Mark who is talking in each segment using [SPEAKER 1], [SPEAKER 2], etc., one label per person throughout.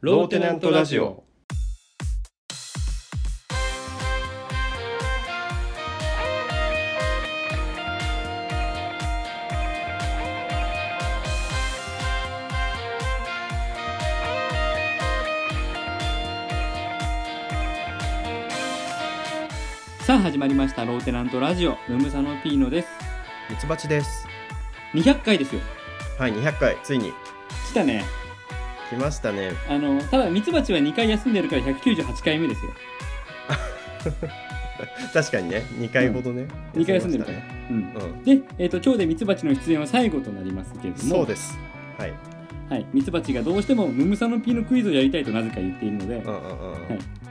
[SPEAKER 1] ローテナントラジオ。
[SPEAKER 2] さあ始まりましたローテナントラジオムムサノピーノです
[SPEAKER 1] ミツバチです。
[SPEAKER 2] 200回ですよ
[SPEAKER 1] はい、200回ついに
[SPEAKER 2] 来たね
[SPEAKER 1] 来ましたね。
[SPEAKER 2] あのただミツバチは2回休んでるから198回目ですよ
[SPEAKER 1] 確かにね、2回ほどね。
[SPEAKER 2] 2回休んでるか
[SPEAKER 1] からら、
[SPEAKER 2] うん
[SPEAKER 1] うん。
[SPEAKER 2] で、えー、と今日でミツバチの出演は最後となりますけれども
[SPEAKER 1] そうです。はい。
[SPEAKER 2] はい、ミツバチがどうしてもムムサノピーノクイズをやりたいとなぜか言っているので、
[SPEAKER 1] うんうんうん。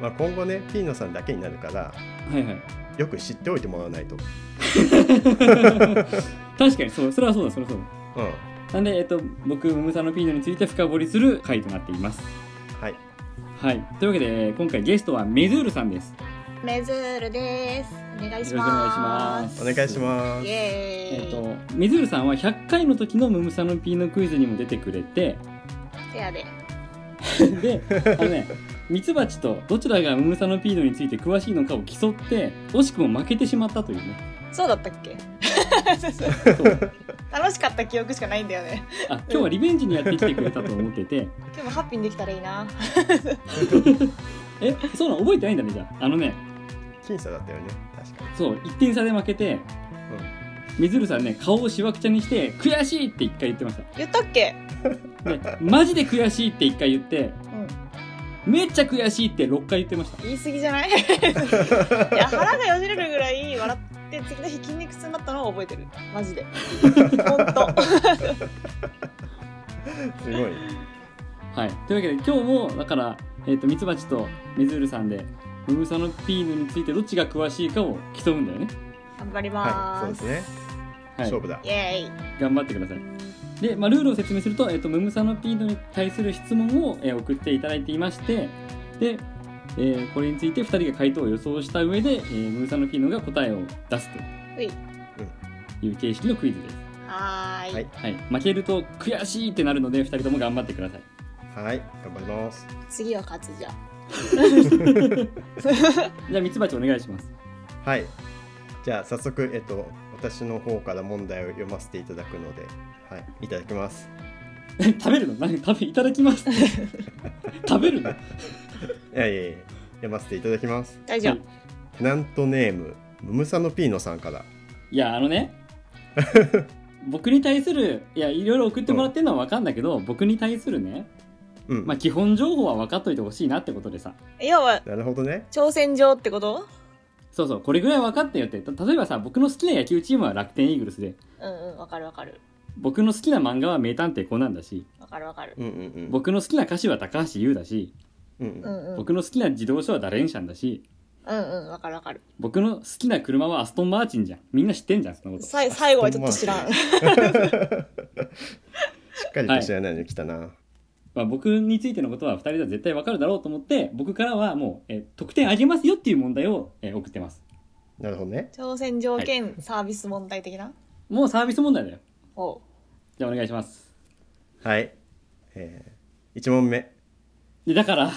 [SPEAKER 1] まあ今後ね、ピーノさんだけになるから、
[SPEAKER 2] はいはい
[SPEAKER 1] よく知っておいてもらわないと。
[SPEAKER 2] 確かにそうそれはそうだそれはそう
[SPEAKER 1] う
[SPEAKER 2] だ
[SPEAKER 1] ん。は
[SPEAKER 2] なんで、えっと僕ムムサノピーノについて深掘りする回となっています
[SPEAKER 1] い。
[SPEAKER 2] はいというわけで今回ゲストはメズールさんです
[SPEAKER 3] メズールです。お願いし
[SPEAKER 2] よろしくお願いし
[SPEAKER 3] ま。
[SPEAKER 2] ますす
[SPEAKER 1] お願いしま
[SPEAKER 3] イ
[SPEAKER 1] す。
[SPEAKER 3] エ
[SPEAKER 2] え
[SPEAKER 3] ーイ。
[SPEAKER 2] っとメズールさんは100回の時のムムサノピーノクイズにも出てくれて
[SPEAKER 3] せやで。
[SPEAKER 2] であのねミツバチとどちらがムムサノピーノについて詳しいのかを競って惜しくも負けてしまったというね
[SPEAKER 3] そうだったっけ？
[SPEAKER 2] そう
[SPEAKER 3] 楽しかった記憶しかないんだよね。
[SPEAKER 2] あ今日はリベンジにやってきてくれたと思ってて
[SPEAKER 3] 今日もハッピーにできたらいいな。
[SPEAKER 2] えそうなの覚えてないんだねじゃああのね
[SPEAKER 1] 僅差だったよね。確か
[SPEAKER 2] そう1点差で負けてみずるさんね顔をしわくちゃにして「悔しい!」って一回言ってまし
[SPEAKER 3] 言ったっけ？
[SPEAKER 2] たで「マジで悔しい!」って一回言って
[SPEAKER 3] うん。
[SPEAKER 2] 「めっちゃ悔しい!」って6回言ってました
[SPEAKER 3] 言い過ぎじゃない？いや腹がよじれるぐらい笑って次の日筋肉痛になったのを覚えてる。マジで。本当。
[SPEAKER 1] に。すごい。
[SPEAKER 2] はいというわけで今日もだからえっとミツバチとみずるさんでムムサノピーヌについてどっちが詳しいかを競うんだよね、
[SPEAKER 3] 頑張り
[SPEAKER 1] はい。そう
[SPEAKER 3] ま。
[SPEAKER 1] ですすね。
[SPEAKER 2] はい
[SPEAKER 1] 勝、負だ
[SPEAKER 3] イ。エーイ。
[SPEAKER 2] 頑張ってくださいで、まあ、ルールを説明すると,、えっとムムサノピーヌに対する質問を、えー送っていただいていましてで、えーこれについて2人が回答を予想した上で、えームムサノピーヌが答えを出すと
[SPEAKER 3] うい。
[SPEAKER 2] いう形式のクイズです、
[SPEAKER 3] はーい。
[SPEAKER 1] はい
[SPEAKER 2] はい、負けると悔しいってなるので2人とも頑張ってください
[SPEAKER 1] はい。頑張ります。
[SPEAKER 3] 次は勝つじゃん。
[SPEAKER 2] じゃあミツバチお願いします
[SPEAKER 1] はい。じゃあ早速、えっと、私の方から問題を読ませていただくので、はい、いただきます。
[SPEAKER 2] え食べるの何食べいただきます食べるの
[SPEAKER 1] いやいやいや、読ませていただきます。
[SPEAKER 3] 大丈夫。
[SPEAKER 1] テナントネーム、ムムサノピーノさんから。
[SPEAKER 2] いやあ のね僕に対するいやいろいろ送ってもらってるのは分かんだけど、僕に対するね、
[SPEAKER 1] うん。
[SPEAKER 2] まあ、基本情報は分かっといてほしいなってことでさ
[SPEAKER 3] 要は
[SPEAKER 1] なるほどね。
[SPEAKER 3] 挑戦状ってこと？
[SPEAKER 2] そうそうこれぐらい分かってよってた例えばさ僕の好きな野球チームは楽天イーグルスで
[SPEAKER 3] うんうん。わかるわかる。
[SPEAKER 2] 僕の好きな漫画は名探偵コナンだし
[SPEAKER 3] わかるわかる。
[SPEAKER 1] うんうんうん。
[SPEAKER 2] 僕の好きな歌手は高橋優だし
[SPEAKER 1] うん
[SPEAKER 3] う
[SPEAKER 1] うん
[SPEAKER 3] んうん。
[SPEAKER 2] 僕の好きな自動車はダレンシャンだし
[SPEAKER 3] うんうん。わかるわかる。
[SPEAKER 2] 僕の好きな車はアストンマーチンじゃんみんな知ってんじゃんそのこと
[SPEAKER 3] さい最後はちょっと知らん。
[SPEAKER 1] しっかりと知らないのに来たな。
[SPEAKER 2] まあ、僕についてのことは2人では絶対わかるだろうと思って僕からはもう、えー得点あげますよっていう問題を、えー送ってます
[SPEAKER 1] なるほどね。
[SPEAKER 3] 挑戦条件サービス問題的な、
[SPEAKER 2] もうサービス問題だよ
[SPEAKER 3] おう
[SPEAKER 2] じゃあお願いします
[SPEAKER 1] はい。えー、1問目。
[SPEAKER 2] いやだから
[SPEAKER 1] あ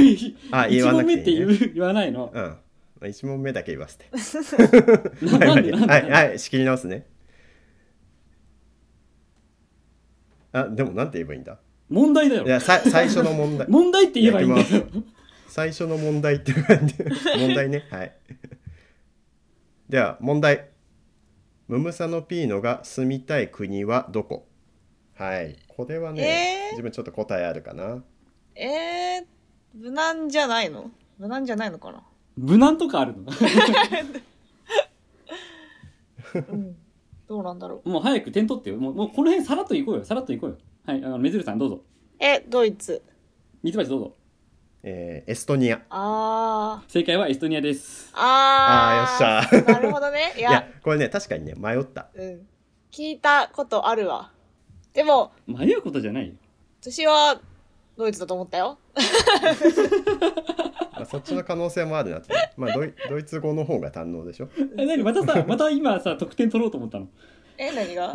[SPEAKER 2] 1
[SPEAKER 1] 言わな
[SPEAKER 2] 問
[SPEAKER 1] く
[SPEAKER 2] 目
[SPEAKER 1] ていいね
[SPEAKER 2] って言う 言わないの
[SPEAKER 1] うん。まあ1問目だけ言わ せて。は
[SPEAKER 2] なないんでなんで、
[SPEAKER 1] はい、はい、仕切り直すね。あ、でもなんて言えばいいんだ
[SPEAKER 2] 問題だ
[SPEAKER 1] い
[SPEAKER 2] よ
[SPEAKER 1] や、さ最初の問題。
[SPEAKER 2] 問題って言えばいいんだ
[SPEAKER 1] いや
[SPEAKER 2] よ
[SPEAKER 1] 行最初の問題っていう感 じ問題ねはいでは問題ムムサノピーノが住みたい国はどこはいこれはね、
[SPEAKER 3] えー
[SPEAKER 1] 自分ちょっと答えあるかな
[SPEAKER 3] えー、無難じゃないの無難じゃないのかな、
[SPEAKER 2] 無難とかあるの
[SPEAKER 3] うん、どうなんだろう
[SPEAKER 2] もう早く点取ってよもうもうこの辺さらっといこうよさらっといこうよはいあのめずるさんどうぞ
[SPEAKER 3] えドイツ
[SPEAKER 2] ミツバチどうぞ
[SPEAKER 1] えーエストニア
[SPEAKER 3] あー
[SPEAKER 2] 正解はエストニアです
[SPEAKER 3] あー
[SPEAKER 1] あーよっしゃ
[SPEAKER 3] なるほ どねい
[SPEAKER 1] い
[SPEAKER 3] や
[SPEAKER 1] やこれね確かにね迷った
[SPEAKER 3] うん、聞いたことあるわでも
[SPEAKER 2] 迷うことじゃないよ
[SPEAKER 3] 私はドイツだと思ったよ
[SPEAKER 1] まあそっちの可能性もあるなってまあドイドイツ語の方が堪能でしょ
[SPEAKER 2] え何またさ また今さ得点取ろうと思ったの
[SPEAKER 3] え 何が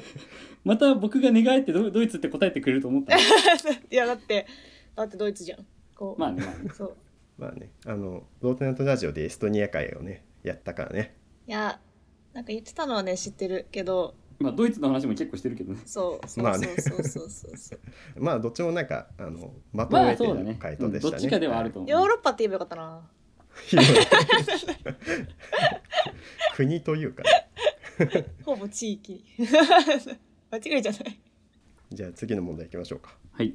[SPEAKER 2] また僕が寝返ってドドイツって答えてくれると思ったの
[SPEAKER 3] いやだってだってドイツじゃんこう、
[SPEAKER 2] まあね、まあね、
[SPEAKER 3] そう
[SPEAKER 1] まあねあのローテナントラジオでエストニア会をねやったからね
[SPEAKER 3] いやなんか言ってたのはね知ってるけど
[SPEAKER 2] まあドイツの話も結構してるけどね。
[SPEAKER 3] そうそう
[SPEAKER 1] まあ
[SPEAKER 3] そ
[SPEAKER 1] ね
[SPEAKER 3] うそうそうそうそう、
[SPEAKER 1] まあどっちもなんかあのまと
[SPEAKER 2] ま
[SPEAKER 1] め
[SPEAKER 2] あ
[SPEAKER 1] て
[SPEAKER 2] そうだ
[SPEAKER 1] の
[SPEAKER 2] ね。
[SPEAKER 1] 回
[SPEAKER 2] う
[SPEAKER 1] 答
[SPEAKER 2] ん
[SPEAKER 1] でし
[SPEAKER 2] ど
[SPEAKER 1] たね、
[SPEAKER 2] っちかではあると思
[SPEAKER 3] ヨー
[SPEAKER 2] う。
[SPEAKER 3] ロッパって言えばよかったな
[SPEAKER 1] 広い 国というかね、
[SPEAKER 3] ほぼ地域 間違いじゃない
[SPEAKER 1] じゃあ次の問題いきましょうか
[SPEAKER 2] はい。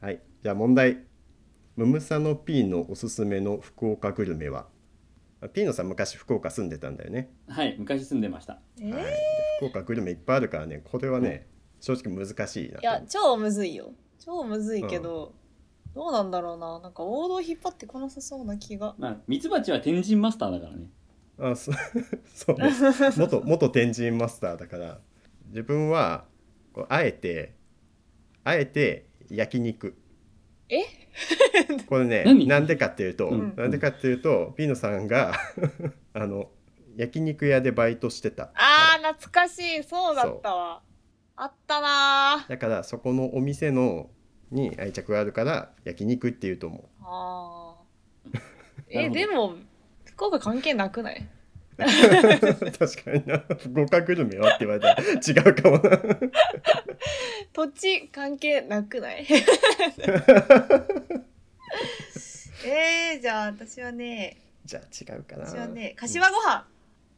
[SPEAKER 1] はいじゃあ問題ムムサノピーのおすすめの福岡グルメはピーノさん昔福岡住んでたんだよね、
[SPEAKER 2] はい、昔住んでました。
[SPEAKER 3] えー
[SPEAKER 1] はい、で福岡グルメいっぱいあるからねこれはね、正直難しいない
[SPEAKER 3] や超むずいよ超むずいけど、どうなんだろうななんか王道引っ張ってこなさそうな 気が
[SPEAKER 2] まあミツバチは天神マスターだからね。
[SPEAKER 1] あそそう ね元元天神マスターだから自分はこうあえてあえて焼肉
[SPEAKER 3] え
[SPEAKER 1] これね
[SPEAKER 2] 何
[SPEAKER 1] なんでかっていうと、
[SPEAKER 2] うん
[SPEAKER 1] なんでかっていうとピーノさんが あの焼肉屋でバイトしてた
[SPEAKER 3] あー懐かしいそうだったわあったなー
[SPEAKER 1] だからそこのお店のに愛着があるから焼肉っていうと 思
[SPEAKER 3] あー
[SPEAKER 2] なる
[SPEAKER 3] え
[SPEAKER 2] ほど
[SPEAKER 3] でも福岡関係なくないう
[SPEAKER 1] 確かにな福岡グルメはって言われたら違うかもな
[SPEAKER 3] 土地関係なくない えー、じゃあ私はね
[SPEAKER 1] じゃあ違うかな
[SPEAKER 3] 私はね柏ご飯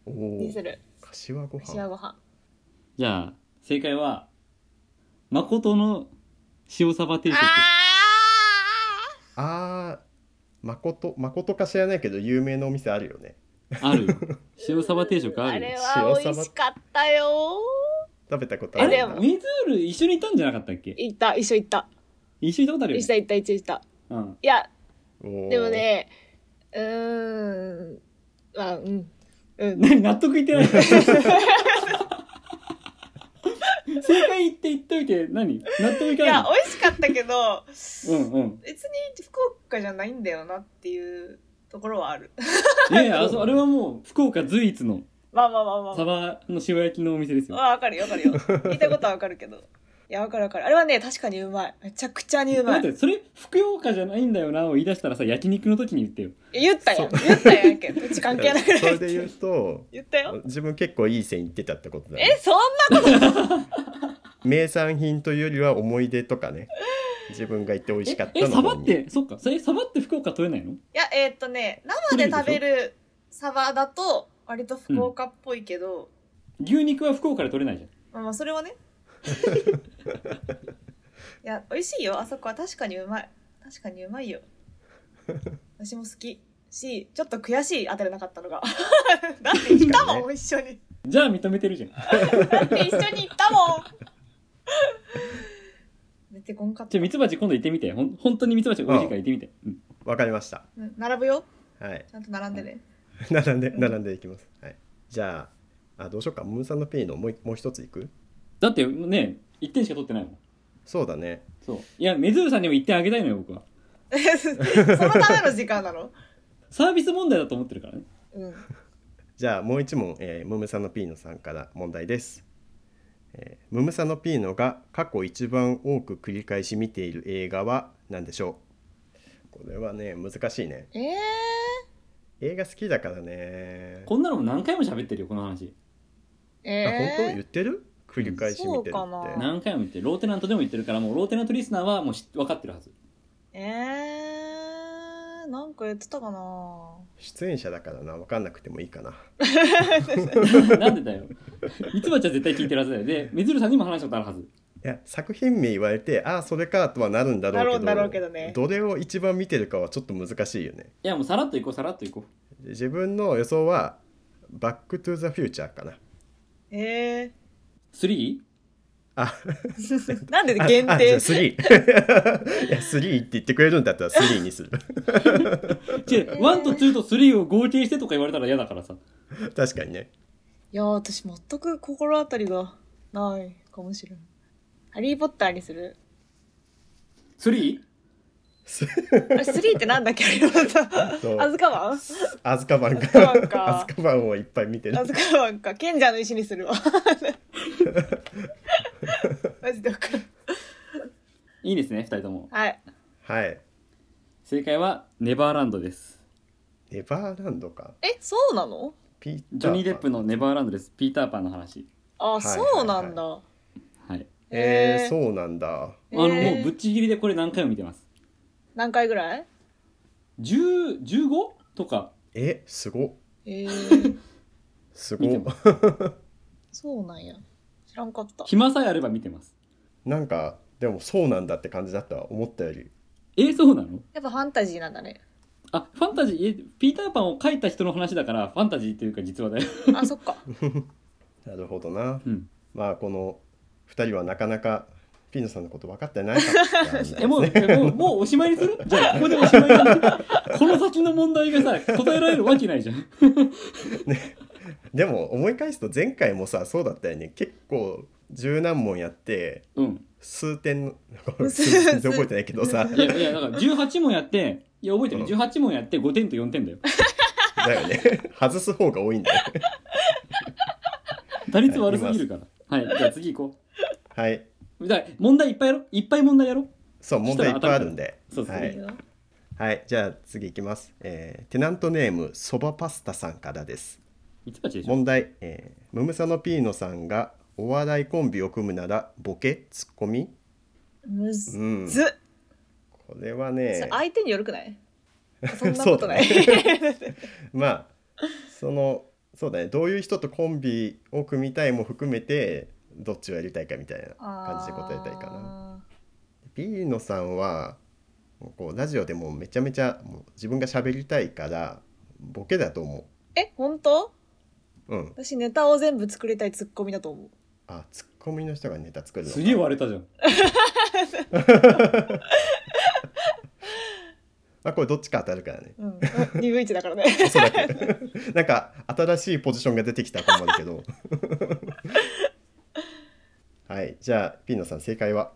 [SPEAKER 1] お
[SPEAKER 3] にす
[SPEAKER 1] ー
[SPEAKER 3] る
[SPEAKER 1] 柏ご
[SPEAKER 3] 柏
[SPEAKER 1] 飯
[SPEAKER 3] ご飯
[SPEAKER 2] じゃあ正解は誠の塩サバ定食。
[SPEAKER 3] あ
[SPEAKER 1] あーまことまことか知らないけど有名なお店あるよね
[SPEAKER 2] あるよ。塩サバ定食あ
[SPEAKER 3] あ
[SPEAKER 2] る
[SPEAKER 3] れ
[SPEAKER 2] よ。
[SPEAKER 3] は美味しかったよ
[SPEAKER 1] 食べたことあ
[SPEAKER 2] あ
[SPEAKER 1] る
[SPEAKER 2] れ
[SPEAKER 3] で
[SPEAKER 1] よ
[SPEAKER 3] も
[SPEAKER 1] な
[SPEAKER 2] ミズール一緒にいたんじゃなかったっけ
[SPEAKER 3] 行った一緒行った
[SPEAKER 2] 一緒にいたことあるよ
[SPEAKER 3] 一緒
[SPEAKER 2] ね。
[SPEAKER 3] 行った一緒行った
[SPEAKER 2] うん。
[SPEAKER 3] いや
[SPEAKER 1] おー
[SPEAKER 3] でもねうーんまあうんうん
[SPEAKER 2] 何納得いってない正解って言っといて何納得い
[SPEAKER 3] い
[SPEAKER 2] かない
[SPEAKER 3] や
[SPEAKER 2] の
[SPEAKER 3] 美味しかったけど
[SPEAKER 2] うんうん
[SPEAKER 3] 別に福岡じゃないんだよなっていうところはある
[SPEAKER 2] いやいやあそあれはもう福岡随一の
[SPEAKER 3] まあまあまあまあ
[SPEAKER 2] サバの塩焼きのお店ですよ
[SPEAKER 3] わかるよわか るよ言いたいことはわかるけどいやわかるわかるあれはね確かにうまいめちゃくちゃにうまい
[SPEAKER 2] 待ってそれ福岡じゃないんだよなを言い出したらさ焼肉の時に言ってよ
[SPEAKER 3] 言ったやん言ったやん けどっち関係なくない
[SPEAKER 1] それで言うと
[SPEAKER 3] 言ったよ
[SPEAKER 1] 自分結構いい線いってたってことだ、
[SPEAKER 3] え
[SPEAKER 1] ね、
[SPEAKER 3] そん
[SPEAKER 1] 名産品というよりは思い出とかね自分が言って美味しかった
[SPEAKER 2] ええサ
[SPEAKER 1] の
[SPEAKER 2] バ
[SPEAKER 1] も
[SPEAKER 2] ってそっかそれサバって福岡取れないの
[SPEAKER 3] いやえーっとね生で食べるサバだと割と福岡っぽいけど、
[SPEAKER 2] 牛肉は福岡で取れないじ
[SPEAKER 3] まあまあそれは ねいや美味しいよあそこは確かにうまい確かにうまいよ私も好きしちょっと悔しい当たれなかったの がだって行ったもん、一緒に
[SPEAKER 2] ゃんじゃあ認めてるじゃん
[SPEAKER 3] だって一緒に行ったもん出てこんかっ
[SPEAKER 2] じ
[SPEAKER 3] た
[SPEAKER 2] ゃあミツバチ今度行ってみてほん本当にミツバチが美味しいから行ってみて、うん
[SPEAKER 1] わかりました
[SPEAKER 3] うん並ぶよ
[SPEAKER 1] はい
[SPEAKER 3] ちゃんと並んでね
[SPEAKER 1] 並んで並んでいきます、はい、じゃああどうしようかムーさんのピーのもういもう一ついく
[SPEAKER 2] だってね1点しか取ってないもん
[SPEAKER 1] そうだね
[SPEAKER 2] そういやメズールさんにも1点あげたいのよ僕は
[SPEAKER 3] そのための時間なの
[SPEAKER 2] サービス問題だと思ってるからね
[SPEAKER 3] うん
[SPEAKER 1] じゃあもう一問、えー、ムムサノピーノさんから問題です、えー、ムムサノピーノが過去一番多く繰り返し見ている映画は何でしょうこれはね難しいね
[SPEAKER 3] ええ
[SPEAKER 1] 映画好きだからね
[SPEAKER 2] こんなのも何回も喋ってるよこの話
[SPEAKER 3] ー、
[SPEAKER 1] あ本当
[SPEAKER 3] え
[SPEAKER 1] 言ってる繰り返し見てる
[SPEAKER 3] そうか
[SPEAKER 1] っ
[SPEAKER 3] な
[SPEAKER 2] 何回も言ってるローテナントでも言ってるからもうローテナントリスナーはもう知分かってる はず
[SPEAKER 3] ー、えー、なんか言ってたかな
[SPEAKER 1] て出演者だからな分かんなくてもいいかな
[SPEAKER 2] なんでだよ。ミツバチは絶対聞いてるはずだよ。で、メズルさんにも話したことあるはず。
[SPEAKER 1] いや作品名言われてああそれかとはなるんだろうけど
[SPEAKER 3] なるんだろうけどね
[SPEAKER 1] どれを一番見てるかはちょっと難しいよね
[SPEAKER 2] いや、もうさらっと行こう、さらっと行こ
[SPEAKER 1] で自分の予想は「バック・トゥ・ザ・フューチャー」かな
[SPEAKER 3] え
[SPEAKER 2] う。3?
[SPEAKER 1] あ
[SPEAKER 3] ー、なんで
[SPEAKER 1] あ
[SPEAKER 3] 限
[SPEAKER 1] あじゃあ
[SPEAKER 3] 定
[SPEAKER 1] 3 いや3って言ってくれるんだったら3にする
[SPEAKER 2] 違う、1と2と3を合計してとか言われたら嫌だからさ。
[SPEAKER 1] 確かにね
[SPEAKER 3] いやー私全く心当たりがないかもしれないハリー・ポッターにする
[SPEAKER 2] 3?
[SPEAKER 3] あれ3ってなんだっけハリー・ポッター
[SPEAKER 1] と
[SPEAKER 3] アズカバン
[SPEAKER 1] アズカバン
[SPEAKER 3] アズカバン
[SPEAKER 1] か
[SPEAKER 3] か
[SPEAKER 1] アズカバンをいっぱい見てる
[SPEAKER 3] アズカバンか賢者の石に するわマジでわかる
[SPEAKER 2] いいですね、2人とも。
[SPEAKER 3] はい
[SPEAKER 1] はい
[SPEAKER 2] 正解はネバーランドです
[SPEAKER 1] ネバーランドか
[SPEAKER 4] えそうなの
[SPEAKER 1] ピーターパン
[SPEAKER 2] ジョニー・デップのネバーランドですピーター・パンの話
[SPEAKER 4] あ、
[SPEAKER 1] い
[SPEAKER 4] そうなんだ、
[SPEAKER 2] はい
[SPEAKER 1] えー
[SPEAKER 4] へー
[SPEAKER 1] そうなんだ
[SPEAKER 2] あの
[SPEAKER 4] へー
[SPEAKER 2] もうぶっちぎりでこれ何回も見てます
[SPEAKER 4] 何回ぐらい
[SPEAKER 2] 10 15とか
[SPEAKER 1] えすご
[SPEAKER 4] えー、
[SPEAKER 1] す
[SPEAKER 2] 見て
[SPEAKER 1] ご
[SPEAKER 2] ま
[SPEAKER 4] そうなんや知らんかった
[SPEAKER 2] 暇さえあれば見てます
[SPEAKER 1] なんかでもそうなんだって感じだったわ思ったより
[SPEAKER 2] えーそうなの
[SPEAKER 4] やっぱファンタジーなんだ ね
[SPEAKER 2] あファンタジーえピーター・パンを書いた人の話だからファンタジーというか実話だよ、
[SPEAKER 4] あそっか
[SPEAKER 1] なるほどな
[SPEAKER 2] うん、
[SPEAKER 1] まあこの2人はなかなかピーノさんのこと分かってないかもしれない ですね
[SPEAKER 2] えもうえもうもうおしまいにするじゃあここでおしまいだこの先の問題がさ答えられるわけないじゃん
[SPEAKER 1] でも思い返すと前回もさそうだったよね結構十何問やって
[SPEAKER 2] うん
[SPEAKER 1] 数点 の
[SPEAKER 4] 数
[SPEAKER 1] 数点覚えてないけどさ
[SPEAKER 2] いやいやだから18問やっていや覚えてる
[SPEAKER 1] う
[SPEAKER 2] 18問やって5点と4点だよ
[SPEAKER 1] だよね外す方が多いんだよ ね
[SPEAKER 2] 打率悪すぎるからはい、じゃあ次行こ
[SPEAKER 1] はいう
[SPEAKER 2] だから問題いっぱいやろいっぱい問題やろ
[SPEAKER 1] そう問題いっぱいあるんで
[SPEAKER 2] そうそう
[SPEAKER 1] はい
[SPEAKER 4] い
[SPEAKER 1] い、
[SPEAKER 4] よ
[SPEAKER 1] はい、じゃあ次いきます、えーテナントネームそばパスタさんからです
[SPEAKER 2] ミツバチでしょ
[SPEAKER 1] 問題、えー、ムムサノピーノさんがお笑いコンビを組むならボケツッコミ
[SPEAKER 4] むず、
[SPEAKER 1] うん
[SPEAKER 4] ず
[SPEAKER 1] これはね
[SPEAKER 4] 相手によるくないそんなことない
[SPEAKER 1] まあそのそうだねどういう人とコンビを組みたいも含めてどっちをやりたいかみたいな感じで答えたいかな。
[SPEAKER 4] な
[SPEAKER 1] ピーノさんはこうラジオでもうめちゃめちゃもう自分が喋りたいからボケだと思
[SPEAKER 4] え本当
[SPEAKER 1] う。うん。
[SPEAKER 4] 私ネタを全部作りたいツッコミだと思う
[SPEAKER 1] あツッコミの人がネタ作るのか
[SPEAKER 2] すげえ割れたじゃん
[SPEAKER 1] まあこれどっちか当たるからね。
[SPEAKER 4] うん、二分一だからね。
[SPEAKER 1] そうだけどなんか新しいポジションが出てきたと思うけど。 はいじゃあピーノさん正解は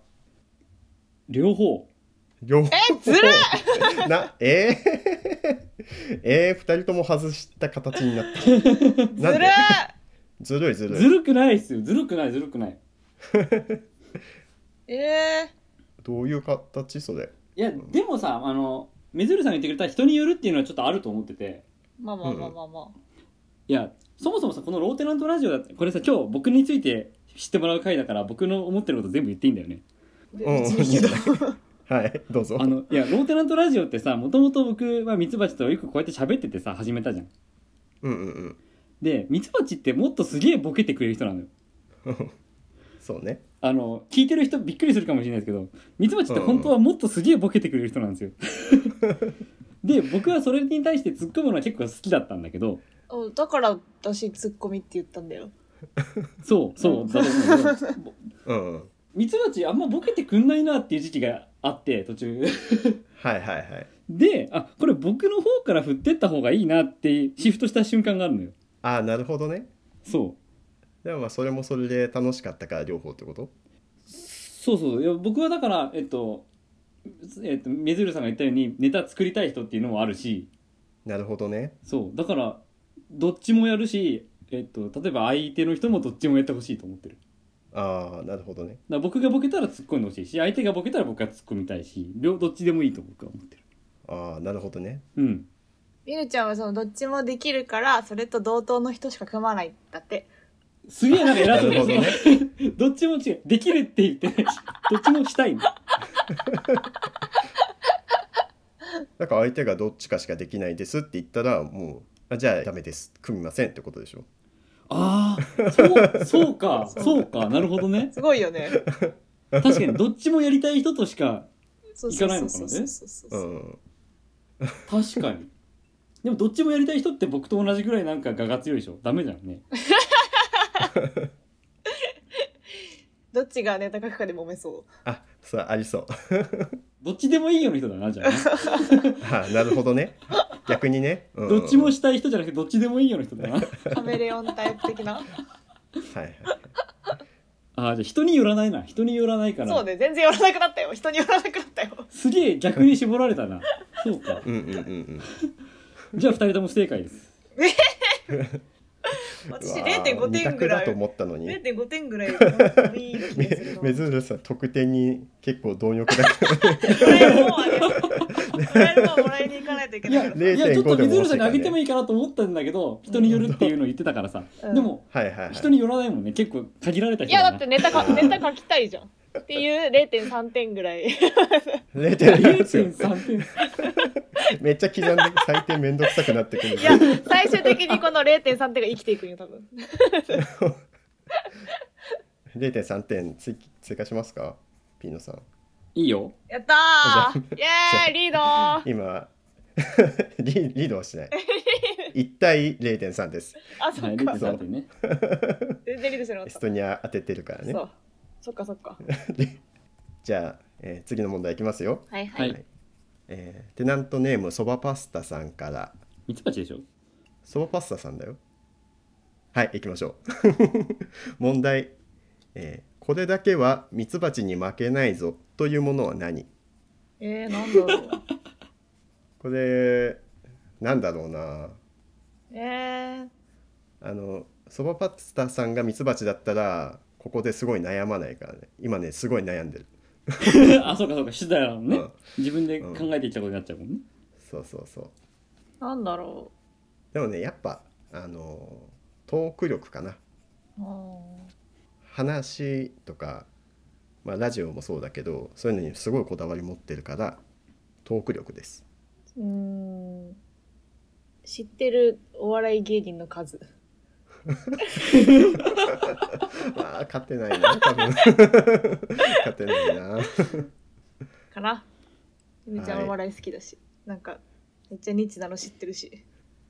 [SPEAKER 2] 両方
[SPEAKER 1] 両方
[SPEAKER 4] えずる
[SPEAKER 1] なえー、 えー、2人とも外した形になっ た
[SPEAKER 4] ず
[SPEAKER 1] なん
[SPEAKER 4] る
[SPEAKER 1] でずるいずるい
[SPEAKER 2] ずるくないっすよずるくないずるくない
[SPEAKER 4] ええ
[SPEAKER 1] どういう形それ
[SPEAKER 2] いやでもさあのめずるさんが言ってくれた人によるっていうのはちょっとあると思ってて
[SPEAKER 4] まあまあまあまあまあ。
[SPEAKER 2] いやそもそもさこのローテナントラジオだってこれさ今日僕について知ってもらう回だから僕の思ってること全部言っていいんだよね
[SPEAKER 1] うん
[SPEAKER 4] 別にいいけ ど。
[SPEAKER 1] はいどうぞ
[SPEAKER 2] あのいやローテナントラジオってさもともと僕はミツバチとよくこうやって喋っててさ始めたじゃん
[SPEAKER 1] うんうん
[SPEAKER 2] でミツバチってもっとすげえボケてくれる人なのよ
[SPEAKER 1] うんそうね
[SPEAKER 2] あの聞いてる人びっくりするかもしれないですけどミツバチって本当はもっとすげえボケてくれる人なんですよ で僕はそれに対して突っ込むのは結構好きだったんだけど
[SPEAKER 4] おだから私ツッコミって言ったんだよ。
[SPEAKER 2] そうそうだと思うんだけど
[SPEAKER 1] うんうん
[SPEAKER 2] ミツバチあんまボケてくんないなっていう時期があって途中
[SPEAKER 1] はいはいはい
[SPEAKER 2] であこれ僕の方から振ってった方がいいなってシフトした瞬間があるのよ
[SPEAKER 1] ああなるほどね
[SPEAKER 2] そう
[SPEAKER 1] でもまあそれもそれで楽しかったから両方ってこと
[SPEAKER 2] そうそういや僕はだからえっとえっとめずるさんが言ったようにネタ作りたい人っていうのもあるし
[SPEAKER 1] なるほどね
[SPEAKER 2] そうだからどっちもやるしえっと例えば相手の人もどっちもやってほしいと思ってるだか
[SPEAKER 1] ああなるほどね
[SPEAKER 2] ら僕がボケたら突っ込んでほしいし相手がボケたら僕は突っ込みたいし両どっちでもいいと僕は思ってる
[SPEAKER 1] ああなるほどね
[SPEAKER 2] うん
[SPEAKER 4] みるちゃんはそのどっちもできるからそれと同等の人しか組まないんだって。
[SPEAKER 2] すげえなんか偉そう
[SPEAKER 1] なるほどね
[SPEAKER 2] ですね どっちも違うできるって言ってないしどっちもしたいの
[SPEAKER 1] だから相手がどっちかしかできないですって言ったらもうあじゃあダメです組みませんってことでしょ
[SPEAKER 2] ああ、そう、そうか、そうか、なるほどね。
[SPEAKER 4] すごいよね。
[SPEAKER 2] 確かに、どっちもやりたい人としか、
[SPEAKER 4] そう
[SPEAKER 2] い
[SPEAKER 4] そ
[SPEAKER 2] か
[SPEAKER 4] う
[SPEAKER 2] ない
[SPEAKER 4] そ
[SPEAKER 2] の
[SPEAKER 4] う
[SPEAKER 2] か
[SPEAKER 4] そう
[SPEAKER 2] もね
[SPEAKER 4] そうそう
[SPEAKER 1] う
[SPEAKER 4] そう。
[SPEAKER 1] ん
[SPEAKER 2] 確かに。でも、どっちもやりたい人って僕と同じぐらいなんか我が強いでしょ。ダメじゃんね。
[SPEAKER 4] どっちがネタ書くかで揉めそ
[SPEAKER 1] あそうありそう
[SPEAKER 2] どっちでもいいような人だな、じゃあね、
[SPEAKER 1] あなるほどね逆にね、うん
[SPEAKER 2] どっちもしたい人じゃなくて、どっちでもいいような 人だな。
[SPEAKER 4] う。カメレオンタイプ的な。
[SPEAKER 1] はいはい
[SPEAKER 2] ああ、じゃあ人によらないな。人によらないから。
[SPEAKER 4] そうね、全然寄らなくなったよ。人に寄らなくなったよ。
[SPEAKER 2] すげえ逆に絞られたな。そうか。
[SPEAKER 1] うんうんうんうん
[SPEAKER 2] じゃあ、二人とも不正解です。
[SPEAKER 4] 私
[SPEAKER 1] うわー
[SPEAKER 4] 0.5
[SPEAKER 1] 二
[SPEAKER 4] 点
[SPEAKER 1] 択
[SPEAKER 4] ぐら
[SPEAKER 1] だ
[SPEAKER 4] い
[SPEAKER 1] と思ったのに
[SPEAKER 4] 0.5点ぐらい多い気がするの
[SPEAKER 1] めずるさん得点に結構貪欲だけど
[SPEAKER 4] もらえるもんあげるもらえるもんもらいに行かないといけ
[SPEAKER 2] い
[SPEAKER 4] ない
[SPEAKER 2] や
[SPEAKER 4] か
[SPEAKER 1] 0.5
[SPEAKER 2] いやちょっと
[SPEAKER 1] でも
[SPEAKER 2] 水
[SPEAKER 1] 欲
[SPEAKER 2] 浦
[SPEAKER 1] しいから
[SPEAKER 2] さんに
[SPEAKER 1] ね
[SPEAKER 2] あげてもいいかなと思ったんだけど人によるっていうのを言ってたからさ、
[SPEAKER 4] ら、うん
[SPEAKER 2] でも
[SPEAKER 1] はいはいはい
[SPEAKER 2] 人によらないもんね結構限られた
[SPEAKER 3] い
[SPEAKER 2] 人
[SPEAKER 3] や
[SPEAKER 2] だ
[SPEAKER 3] だっ
[SPEAKER 2] な
[SPEAKER 3] てネタかネタ書きたいじゃんっていう0.3点ぐらい
[SPEAKER 1] 0.3
[SPEAKER 2] 0.3点
[SPEAKER 1] めっちゃ刻んで採点めんどくさくなってくる
[SPEAKER 3] いや最終的にこの0.3点が生きていくんよ多分
[SPEAKER 1] 0.3点追追加しますかピーノさん
[SPEAKER 2] いいよ
[SPEAKER 4] やったー
[SPEAKER 3] イエーイリードー
[SPEAKER 1] 今 リリードはし ない1対0.3です
[SPEAKER 3] あ
[SPEAKER 2] は
[SPEAKER 3] そ
[SPEAKER 2] い
[SPEAKER 3] っか
[SPEAKER 2] 0.3点ね
[SPEAKER 3] 全然リードしてなか
[SPEAKER 1] エ
[SPEAKER 3] っ
[SPEAKER 1] ス
[SPEAKER 3] た
[SPEAKER 1] トニア当ててるからね
[SPEAKER 3] そうそっかそっか
[SPEAKER 1] じゃあ、えー次の問題いきますよ、
[SPEAKER 3] はい
[SPEAKER 2] は
[SPEAKER 3] はいい
[SPEAKER 1] えーテナントネームそばパスタさんから
[SPEAKER 2] ミツバチで しょ
[SPEAKER 1] そばパスタさんだよはい行きましょう 問題、えーこれだけはミツバチに負けないぞというものは何
[SPEAKER 3] えーなんだろう
[SPEAKER 1] これなんだろうな
[SPEAKER 3] えー
[SPEAKER 1] あのそばパスタさんがミツバチだったらここですごい悩まないからね今ねすごい悩んでる、
[SPEAKER 2] あそうかそうか主題なの
[SPEAKER 1] う
[SPEAKER 2] ね
[SPEAKER 1] ん、
[SPEAKER 2] 自分で考えていったことになっちゃうもんね、
[SPEAKER 1] そうそうそう
[SPEAKER 3] なんだろ
[SPEAKER 1] でもねやっぱあのトーク力かな
[SPEAKER 3] ううん
[SPEAKER 1] 話とか、まあ、ラジオもそうだけどそういうのにすごいこだわり持ってるからトーク力 です
[SPEAKER 3] うーん知ってるお笑い芸人の数
[SPEAKER 1] ああ勝てないな多分 勝てないな
[SPEAKER 3] かな。めっちゃん
[SPEAKER 1] はい
[SPEAKER 3] お笑い好きだし、なんかめっちゃニッチなの知ってるし、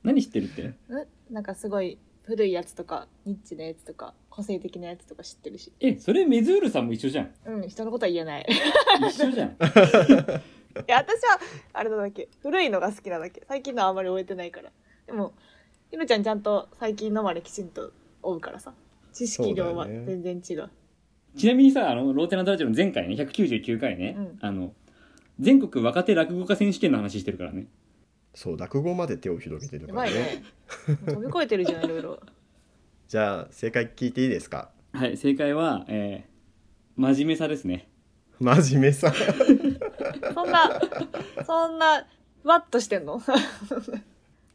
[SPEAKER 2] 何知ってるって
[SPEAKER 3] んなんかすごい古いやつとかニッチなやつとか個性的なやつとか知ってるし、
[SPEAKER 2] えそれメズールさんも一緒じゃん
[SPEAKER 3] うん人のことは言えない。
[SPEAKER 2] 一緒じゃん
[SPEAKER 3] いや私はあれなだけ古いのが好きなだけ最近のはあんまり終えてないからでもゆめちゃんちゃんと最近のまできちんと追うからさ知識量は
[SPEAKER 1] そうだよね
[SPEAKER 3] 全然違うう,、
[SPEAKER 2] ちなみにさあのローテナントラジオの前回ね199回ね、
[SPEAKER 3] うん
[SPEAKER 2] あの全国若手落語家選手権の話してるからね
[SPEAKER 1] そう落語まで手を広げてるか
[SPEAKER 3] ま
[SPEAKER 1] ら
[SPEAKER 3] い
[SPEAKER 1] ね
[SPEAKER 3] ね飛び越えてるじゃんいろいろ
[SPEAKER 1] じゃあ正解聞いていいですか
[SPEAKER 2] はい正解は、えー真面目さですね
[SPEAKER 1] 真面目さ
[SPEAKER 3] そんなそんなふわっとしてんの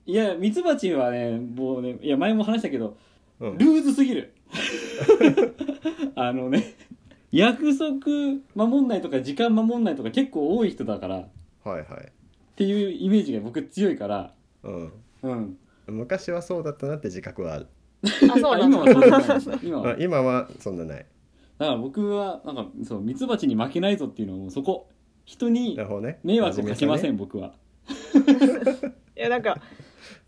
[SPEAKER 2] いやミツバチはねもうねいや前も話したけど
[SPEAKER 1] うん
[SPEAKER 2] ルーズすぎる あのね約束守んないとか時間守んないとか結構多い人だからっ
[SPEAKER 1] はいはい、
[SPEAKER 2] ていうイメージが僕強いから
[SPEAKER 1] うん、
[SPEAKER 2] うん
[SPEAKER 1] 昔はそうだったなって自覚はある、
[SPEAKER 3] あそう
[SPEAKER 2] あ
[SPEAKER 3] なん
[SPEAKER 2] 今
[SPEAKER 3] だ
[SPEAKER 2] はそうじゃない です今は
[SPEAKER 1] まあ、今はそんなない
[SPEAKER 2] だから僕はなんかそうミツバチに負けないぞっていうのはもうそこ人に
[SPEAKER 1] なるほどね
[SPEAKER 2] 迷惑をかけません、
[SPEAKER 1] ん、
[SPEAKER 2] 僕はい
[SPEAKER 3] やなんか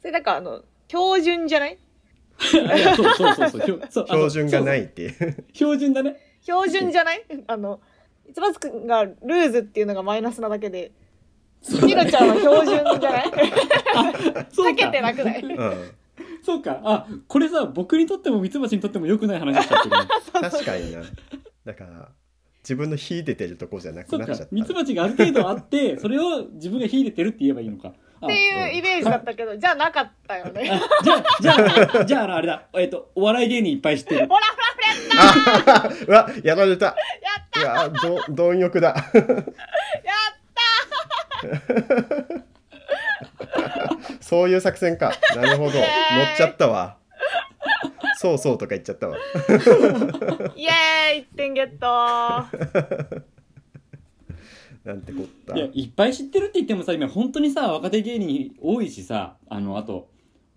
[SPEAKER 3] それなんかあの標準じゃない
[SPEAKER 2] いやそうそうそうそうひょそうあ
[SPEAKER 1] 標準がないいっていう
[SPEAKER 2] 標準だね
[SPEAKER 3] 標準じゃない あのつばつくんがルーズっていうのがマイナスなだけで
[SPEAKER 2] そう
[SPEAKER 3] ひろちゃんは標準じゃない
[SPEAKER 2] そう
[SPEAKER 3] 避けてなくない
[SPEAKER 1] うん、
[SPEAKER 2] そうかあこれさ僕にとってもミツバチにとっても良くない話しちゃってる ね
[SPEAKER 1] 確かになだから自分の火出てるとこじゃなく
[SPEAKER 2] そう
[SPEAKER 1] なっちゃった
[SPEAKER 2] か
[SPEAKER 1] ね
[SPEAKER 2] ミツバチがある程度あ ってそれを自分が秀でてるって言えばいいのかあ
[SPEAKER 3] っていうイメージだったけど、じゃあなかっ たよね。
[SPEAKER 2] あじゃあじゃあじゃああれだえっとお笑い芸人いっぱい知ってる
[SPEAKER 3] ほらほら
[SPEAKER 1] あうわやられた。やった。ど貪欲だ。やった。そういう作戦か。なるほど。乗っちゃったわ。そうそうとか言っちゃったわ。
[SPEAKER 3] イエーイ1点ゲット
[SPEAKER 1] なんてこった
[SPEAKER 2] い。やいっぱい知ってるって言ってもさ今本当にさ若手芸人多いしさあのあと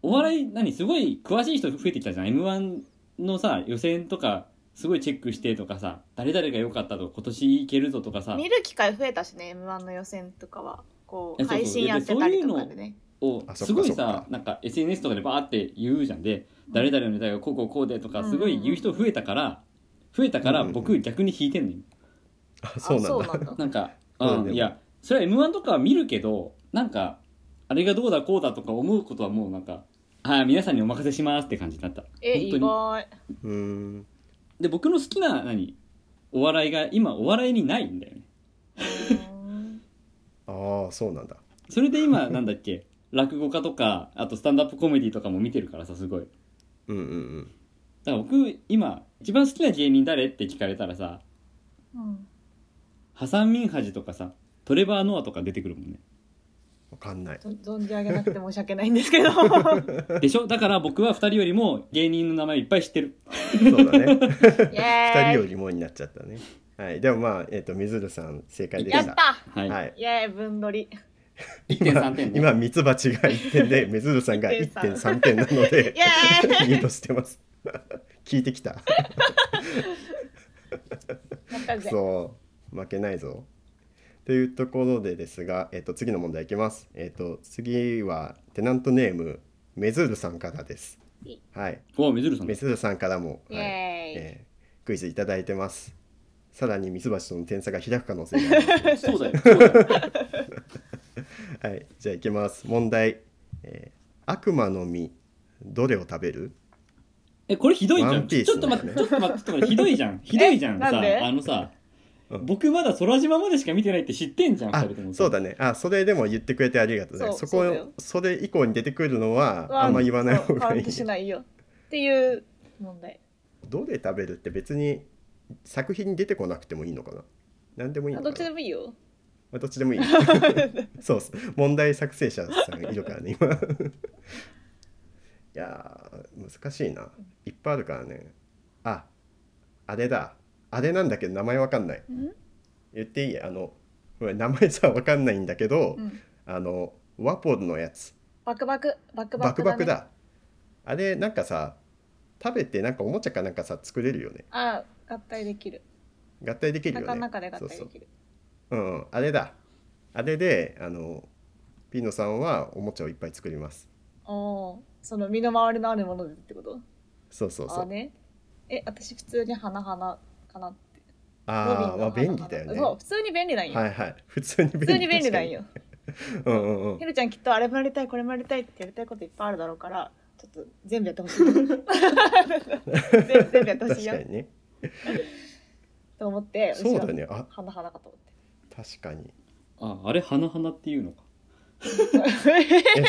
[SPEAKER 2] お笑い何すごい詳しい人増えてきたじゃん m 1のさ予選とかすごいチェックしてとかさ誰々が良かったとか今年いけるぞとかさ
[SPEAKER 3] 見る機会増えたしね、M1 の予選とかは。こ
[SPEAKER 2] え
[SPEAKER 3] う、
[SPEAKER 2] そうそう
[SPEAKER 3] 配信やってたりとかでね。
[SPEAKER 2] を
[SPEAKER 1] あそっか
[SPEAKER 2] すごい
[SPEAKER 1] そっ
[SPEAKER 2] さ
[SPEAKER 1] か
[SPEAKER 2] なんか SNS とかでバーって言うじゃんで誰々のネタがこうこうこうでとか
[SPEAKER 3] うん
[SPEAKER 2] すごい言う人増えたから増えたか
[SPEAKER 1] う
[SPEAKER 2] ら
[SPEAKER 1] んうんうん
[SPEAKER 2] 僕逆に引いてんのよ
[SPEAKER 1] あ
[SPEAKER 3] あ
[SPEAKER 1] そうなんだ。
[SPEAKER 3] そうなんだ。
[SPEAKER 2] なんか、
[SPEAKER 1] そう
[SPEAKER 2] う
[SPEAKER 1] で
[SPEAKER 2] ん、
[SPEAKER 1] も
[SPEAKER 2] いやそれは m 1とかは見るけどなんかあれがどうだこうだとか思うことはもうなんかああ皆さんにお任せしますって感じになった
[SPEAKER 3] え、
[SPEAKER 2] 本当
[SPEAKER 3] 意
[SPEAKER 2] に
[SPEAKER 3] 外。
[SPEAKER 1] うーん。
[SPEAKER 2] で僕の好きな何お笑いが今お笑いにないんだよね
[SPEAKER 1] ああそうなんだ。
[SPEAKER 2] それで今なんだっけ落語家とかあとスタンダップコメディとかも見てるからさすごい
[SPEAKER 1] うんうんうん
[SPEAKER 2] だから僕今一番好きな芸人誰って聞かれたらさ
[SPEAKER 4] うん。
[SPEAKER 2] ハサン・ミンハジとかさトレバー・ノアとか出てくるもんね
[SPEAKER 1] わかんない
[SPEAKER 3] ぞ存じ上げなくて申し訳ないんですけ どイ
[SPEAKER 2] でしょだから僕は2人よりも芸人の名前いっぱい知ってる
[SPEAKER 1] そうだね 二人
[SPEAKER 3] エー
[SPEAKER 1] よ
[SPEAKER 3] イ
[SPEAKER 1] りもになっちゃったねはいでもまあえっ、とみずるさん正解で
[SPEAKER 3] や
[SPEAKER 1] し
[SPEAKER 3] ったた
[SPEAKER 2] はい、
[SPEAKER 1] はい
[SPEAKER 3] イエーイ分取り
[SPEAKER 2] 1.3点ね
[SPEAKER 1] 今ミツバチが1点 でみずるさんが1.3点なので
[SPEAKER 3] イエーイ
[SPEAKER 1] リードしてます聞いてきた
[SPEAKER 3] やったぜ
[SPEAKER 1] そう負けないぞ。というところでですが、えっと次の問題いきます。えっと次はテナントネームメズールさんからです。はい、
[SPEAKER 2] おみずるさん
[SPEAKER 1] メズールさんからも、
[SPEAKER 3] イ
[SPEAKER 1] はい
[SPEAKER 3] エ
[SPEAKER 1] えークイズいただいてます。さらにミツバチとの点差が開く可能性があります。
[SPEAKER 2] そうだよそうだよ
[SPEAKER 1] はい、じゃあいきます。問題、えー悪魔の実どれを食べる？
[SPEAKER 2] えこれひどいじゃ
[SPEAKER 1] ワ
[SPEAKER 2] ん、
[SPEAKER 1] ンピー
[SPEAKER 2] ち
[SPEAKER 1] ス
[SPEAKER 2] ょっと待っ
[SPEAKER 1] ね
[SPEAKER 2] てちょっと待ってちょっと待ってひどいじゃんひどいじゃん
[SPEAKER 3] えなん
[SPEAKER 2] さ
[SPEAKER 3] で
[SPEAKER 2] あのさ
[SPEAKER 1] うん
[SPEAKER 2] 僕まだ空島までしか見てないって知ってんじゃん
[SPEAKER 1] あ
[SPEAKER 2] 二人とも、
[SPEAKER 1] そうだね。あ、それでも言ってくれてありがとうね。
[SPEAKER 3] そ
[SPEAKER 1] そうこ
[SPEAKER 3] そうだよ
[SPEAKER 1] それ以降に出てくるのは
[SPEAKER 3] ーイ
[SPEAKER 1] あんま言わない
[SPEAKER 3] そ
[SPEAKER 1] 方
[SPEAKER 3] うカ
[SPEAKER 1] がい
[SPEAKER 3] ウ
[SPEAKER 1] いね
[SPEAKER 3] ント。しないよっていう問題
[SPEAKER 1] どれ食べるって別に作品に出てこなくてもいいのかな何でもいい
[SPEAKER 3] あ
[SPEAKER 1] の
[SPEAKER 3] ど
[SPEAKER 1] か
[SPEAKER 3] っち
[SPEAKER 1] な
[SPEAKER 3] でもいいよ
[SPEAKER 1] まあどっちでもい いそうっす問題作成者さんいるからね今 いやー難しいないっぱいあるからねああれだあれなんだけど名前わかんない言っていいあのごめん名前さわかんないんだけど、
[SPEAKER 4] うん
[SPEAKER 1] あのワポルのやつ
[SPEAKER 3] バクバクバク
[SPEAKER 1] バ
[SPEAKER 3] バ
[SPEAKER 1] ク
[SPEAKER 3] ク
[SPEAKER 1] バク
[SPEAKER 3] ね
[SPEAKER 1] だあれなんかさ食べてなんかおもちゃかなんかさ作れるよね
[SPEAKER 3] あ合体できる
[SPEAKER 1] 合体できるよね
[SPEAKER 3] 中の中で合体
[SPEAKER 1] そうそ
[SPEAKER 3] で
[SPEAKER 1] う
[SPEAKER 3] きる
[SPEAKER 1] うんうん、あれだ。あれで、あの、ピノさんはおもちゃをいっぱい作ります。
[SPEAKER 3] おおーその身の回りのあるものでってこと
[SPEAKER 1] そうそうそ
[SPEAKER 3] あ
[SPEAKER 1] う。
[SPEAKER 3] ねえ私普通に花花かなって
[SPEAKER 1] ああ、まあ便利だよね。
[SPEAKER 3] そう
[SPEAKER 1] は
[SPEAKER 3] 普通に便利なんよ、
[SPEAKER 1] いはい。普通に便利。
[SPEAKER 3] 普通に便利 なんよ
[SPEAKER 1] 確かに。うんうんうん
[SPEAKER 3] ひ。るちゃんきっとあれもやりたいこれもやりたいってやりたいこといっぱいあるだろうからちょっと全部やってほしい全全部やってほし
[SPEAKER 1] 確
[SPEAKER 3] い
[SPEAKER 1] か
[SPEAKER 3] よ
[SPEAKER 1] にね。
[SPEAKER 3] と思って
[SPEAKER 1] そうだ
[SPEAKER 3] 私は
[SPEAKER 1] ね。あ、
[SPEAKER 3] 花花かと思って
[SPEAKER 1] 確かに。
[SPEAKER 2] ああれ花花っていうのか
[SPEAKER 1] え、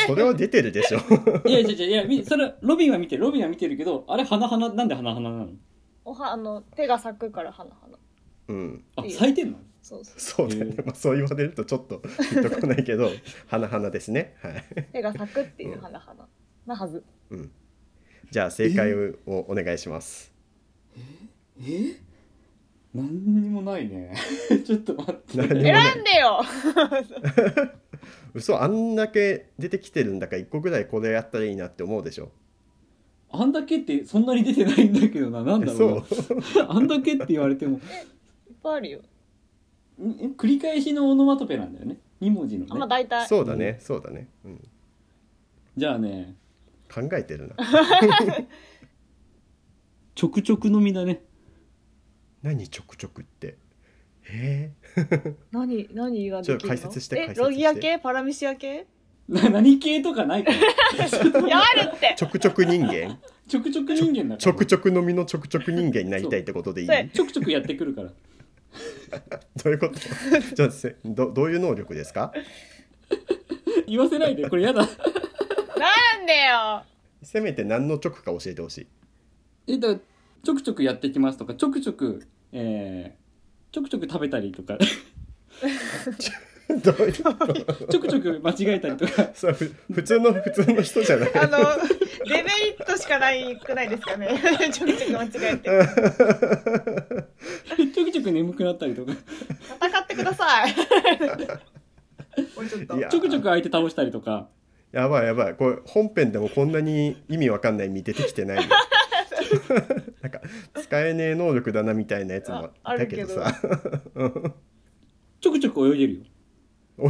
[SPEAKER 1] それは出てるでしょ。
[SPEAKER 2] いやいやいやいやみそれロビンは見てるロビンは見てるけどあれ花々なんで花々なの
[SPEAKER 3] おはあの手が咲くから花花
[SPEAKER 1] うん。
[SPEAKER 2] あ
[SPEAKER 3] いいよ
[SPEAKER 2] 咲いてんの
[SPEAKER 3] そうそう
[SPEAKER 1] そうだよ
[SPEAKER 2] へ
[SPEAKER 1] ね
[SPEAKER 2] ー。
[SPEAKER 1] まあそう言われるとちょっとピンとこないけ ど、花々ですね。はい。
[SPEAKER 3] 手が咲くっていううん花花なはず
[SPEAKER 1] うん。じゃあ正解をお願いします。
[SPEAKER 2] え何にもないね ちょっと待って
[SPEAKER 1] 何も
[SPEAKER 3] 選
[SPEAKER 1] ない
[SPEAKER 3] んでよ
[SPEAKER 1] 嘘あんだけ出てきてるんだから一個ぐらいこれやったらいいなって思うでしょ
[SPEAKER 2] あんだけってそんなに出てないんだけどななん
[SPEAKER 1] え
[SPEAKER 2] だ
[SPEAKER 1] そう
[SPEAKER 2] ろう あんだけって言われても
[SPEAKER 3] いっぱいあるよ
[SPEAKER 2] んん繰り返しのオノマトペなんだよね2文字の
[SPEAKER 3] あんまあ
[SPEAKER 2] ね
[SPEAKER 3] 大体
[SPEAKER 1] そうだねそうだね、うん、
[SPEAKER 2] じゃあね
[SPEAKER 1] 考えてるな
[SPEAKER 2] ちょくちょくの実だね
[SPEAKER 1] 何ちょくちょくってえ
[SPEAKER 3] 何何ができる
[SPEAKER 1] ちょっ
[SPEAKER 3] の
[SPEAKER 1] と解説して解
[SPEAKER 3] え
[SPEAKER 1] 説して
[SPEAKER 3] ロギア系パラミシア系
[SPEAKER 2] な何系とかないから
[SPEAKER 3] やるっ
[SPEAKER 1] ー、
[SPEAKER 3] て
[SPEAKER 1] ちょくちょく人間
[SPEAKER 2] ちょくちょく人間だから
[SPEAKER 1] ちょくちょくのみのちょくちょく人間になりたいってことでいい
[SPEAKER 3] そうそう
[SPEAKER 2] ちょくちょくやってくるから
[SPEAKER 1] どういうこと じゃあせどどういう能力ですか
[SPEAKER 2] 言わせないでこれやだ
[SPEAKER 3] なんでよ
[SPEAKER 1] せめて何の直か教えてほしい
[SPEAKER 2] えだからちょくちょくやってきますとかちょくちょくえー、ちょくちょく食べたりとか
[SPEAKER 1] どういう
[SPEAKER 2] ちょくちょく間違えたりとか
[SPEAKER 1] そうふ普通の普通の人じゃない
[SPEAKER 3] あのデメリットしかないくないですかね ちょくちょく間違えて
[SPEAKER 2] ちょくちょく眠くなったりとか
[SPEAKER 3] 戦ってくださいもうちょっと
[SPEAKER 1] いや
[SPEAKER 2] ちょくちょく相手倒したりとか
[SPEAKER 1] やばいやばいこれ本編でもこんなに意味わかんない身出てきて ないよなんか使えねえ能力だなみたいなやつも
[SPEAKER 3] ああ
[SPEAKER 1] だ
[SPEAKER 3] る
[SPEAKER 1] け
[SPEAKER 3] け
[SPEAKER 1] ど
[SPEAKER 3] ど
[SPEAKER 1] さ
[SPEAKER 2] ちょくちょく泳いでるよ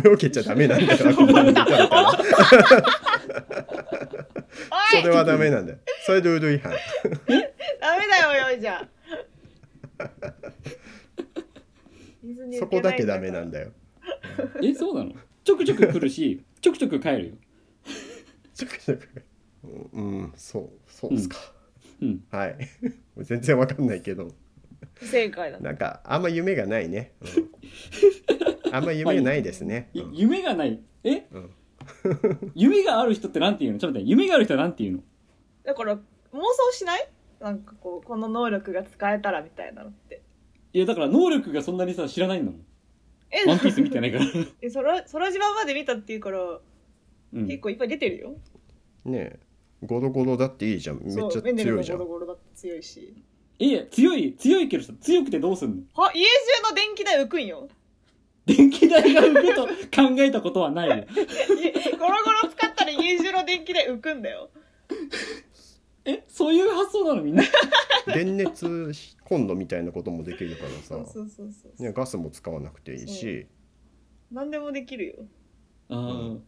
[SPEAKER 1] 泳げちゃダメなんだよ ここにいたら
[SPEAKER 3] おい
[SPEAKER 1] それはダメなんだよそれルール違 反
[SPEAKER 3] ダメだよよいじゃん水 に
[SPEAKER 1] そ
[SPEAKER 3] 浮け
[SPEAKER 1] こ
[SPEAKER 3] な
[SPEAKER 1] だ
[SPEAKER 3] い
[SPEAKER 1] けダメなんだよ
[SPEAKER 2] えそうなのちょくちょく来るし ちょくちょく帰るよ
[SPEAKER 1] ちょくちょくうんうんそうそうっすか、
[SPEAKER 2] うん
[SPEAKER 1] はいもう全然わかんないけど
[SPEAKER 3] 不正解だ
[SPEAKER 1] なんかあんま夢がないね、 うん、あんま夢ないですね、
[SPEAKER 2] い
[SPEAKER 1] うん
[SPEAKER 2] 夢がないえ、
[SPEAKER 1] うん
[SPEAKER 2] 夢がある人ってなんて言うのちょっと待って夢がある人はなんて言うの
[SPEAKER 3] だから妄想しないなんかこうこの能力が使えたらみたいなのって
[SPEAKER 2] いやだから能力がそんなにさ知らないんだもん
[SPEAKER 3] え
[SPEAKER 2] ワンピース見てないから、
[SPEAKER 3] えそら空島まで見たっていうから
[SPEAKER 2] うん、
[SPEAKER 3] 結構いっぱい出てるよ、
[SPEAKER 1] ねえゴロゴロだっていいじゃんめっち
[SPEAKER 3] そ
[SPEAKER 1] ゃ
[SPEAKER 3] うメネル
[SPEAKER 1] 強
[SPEAKER 3] の
[SPEAKER 1] いじゃ
[SPEAKER 3] ゴ
[SPEAKER 1] ん
[SPEAKER 3] ロゴロだって強いし
[SPEAKER 2] いや強い強いけどさ強くてどうすんの
[SPEAKER 3] は家中の電気代浮くん よ
[SPEAKER 2] 電気代が浮くと考えたことはないよ
[SPEAKER 3] いゴロゴロ使ったら家中の電気代浮くんだよ
[SPEAKER 2] えそういう発想なのみん な
[SPEAKER 1] 電熱コンロみたいなこともできるからさ
[SPEAKER 3] そうそうそうそう、
[SPEAKER 1] ね、ガスも使わなくていいし
[SPEAKER 3] 何でもできるよ
[SPEAKER 2] あ
[SPEAKER 1] う
[SPEAKER 2] ー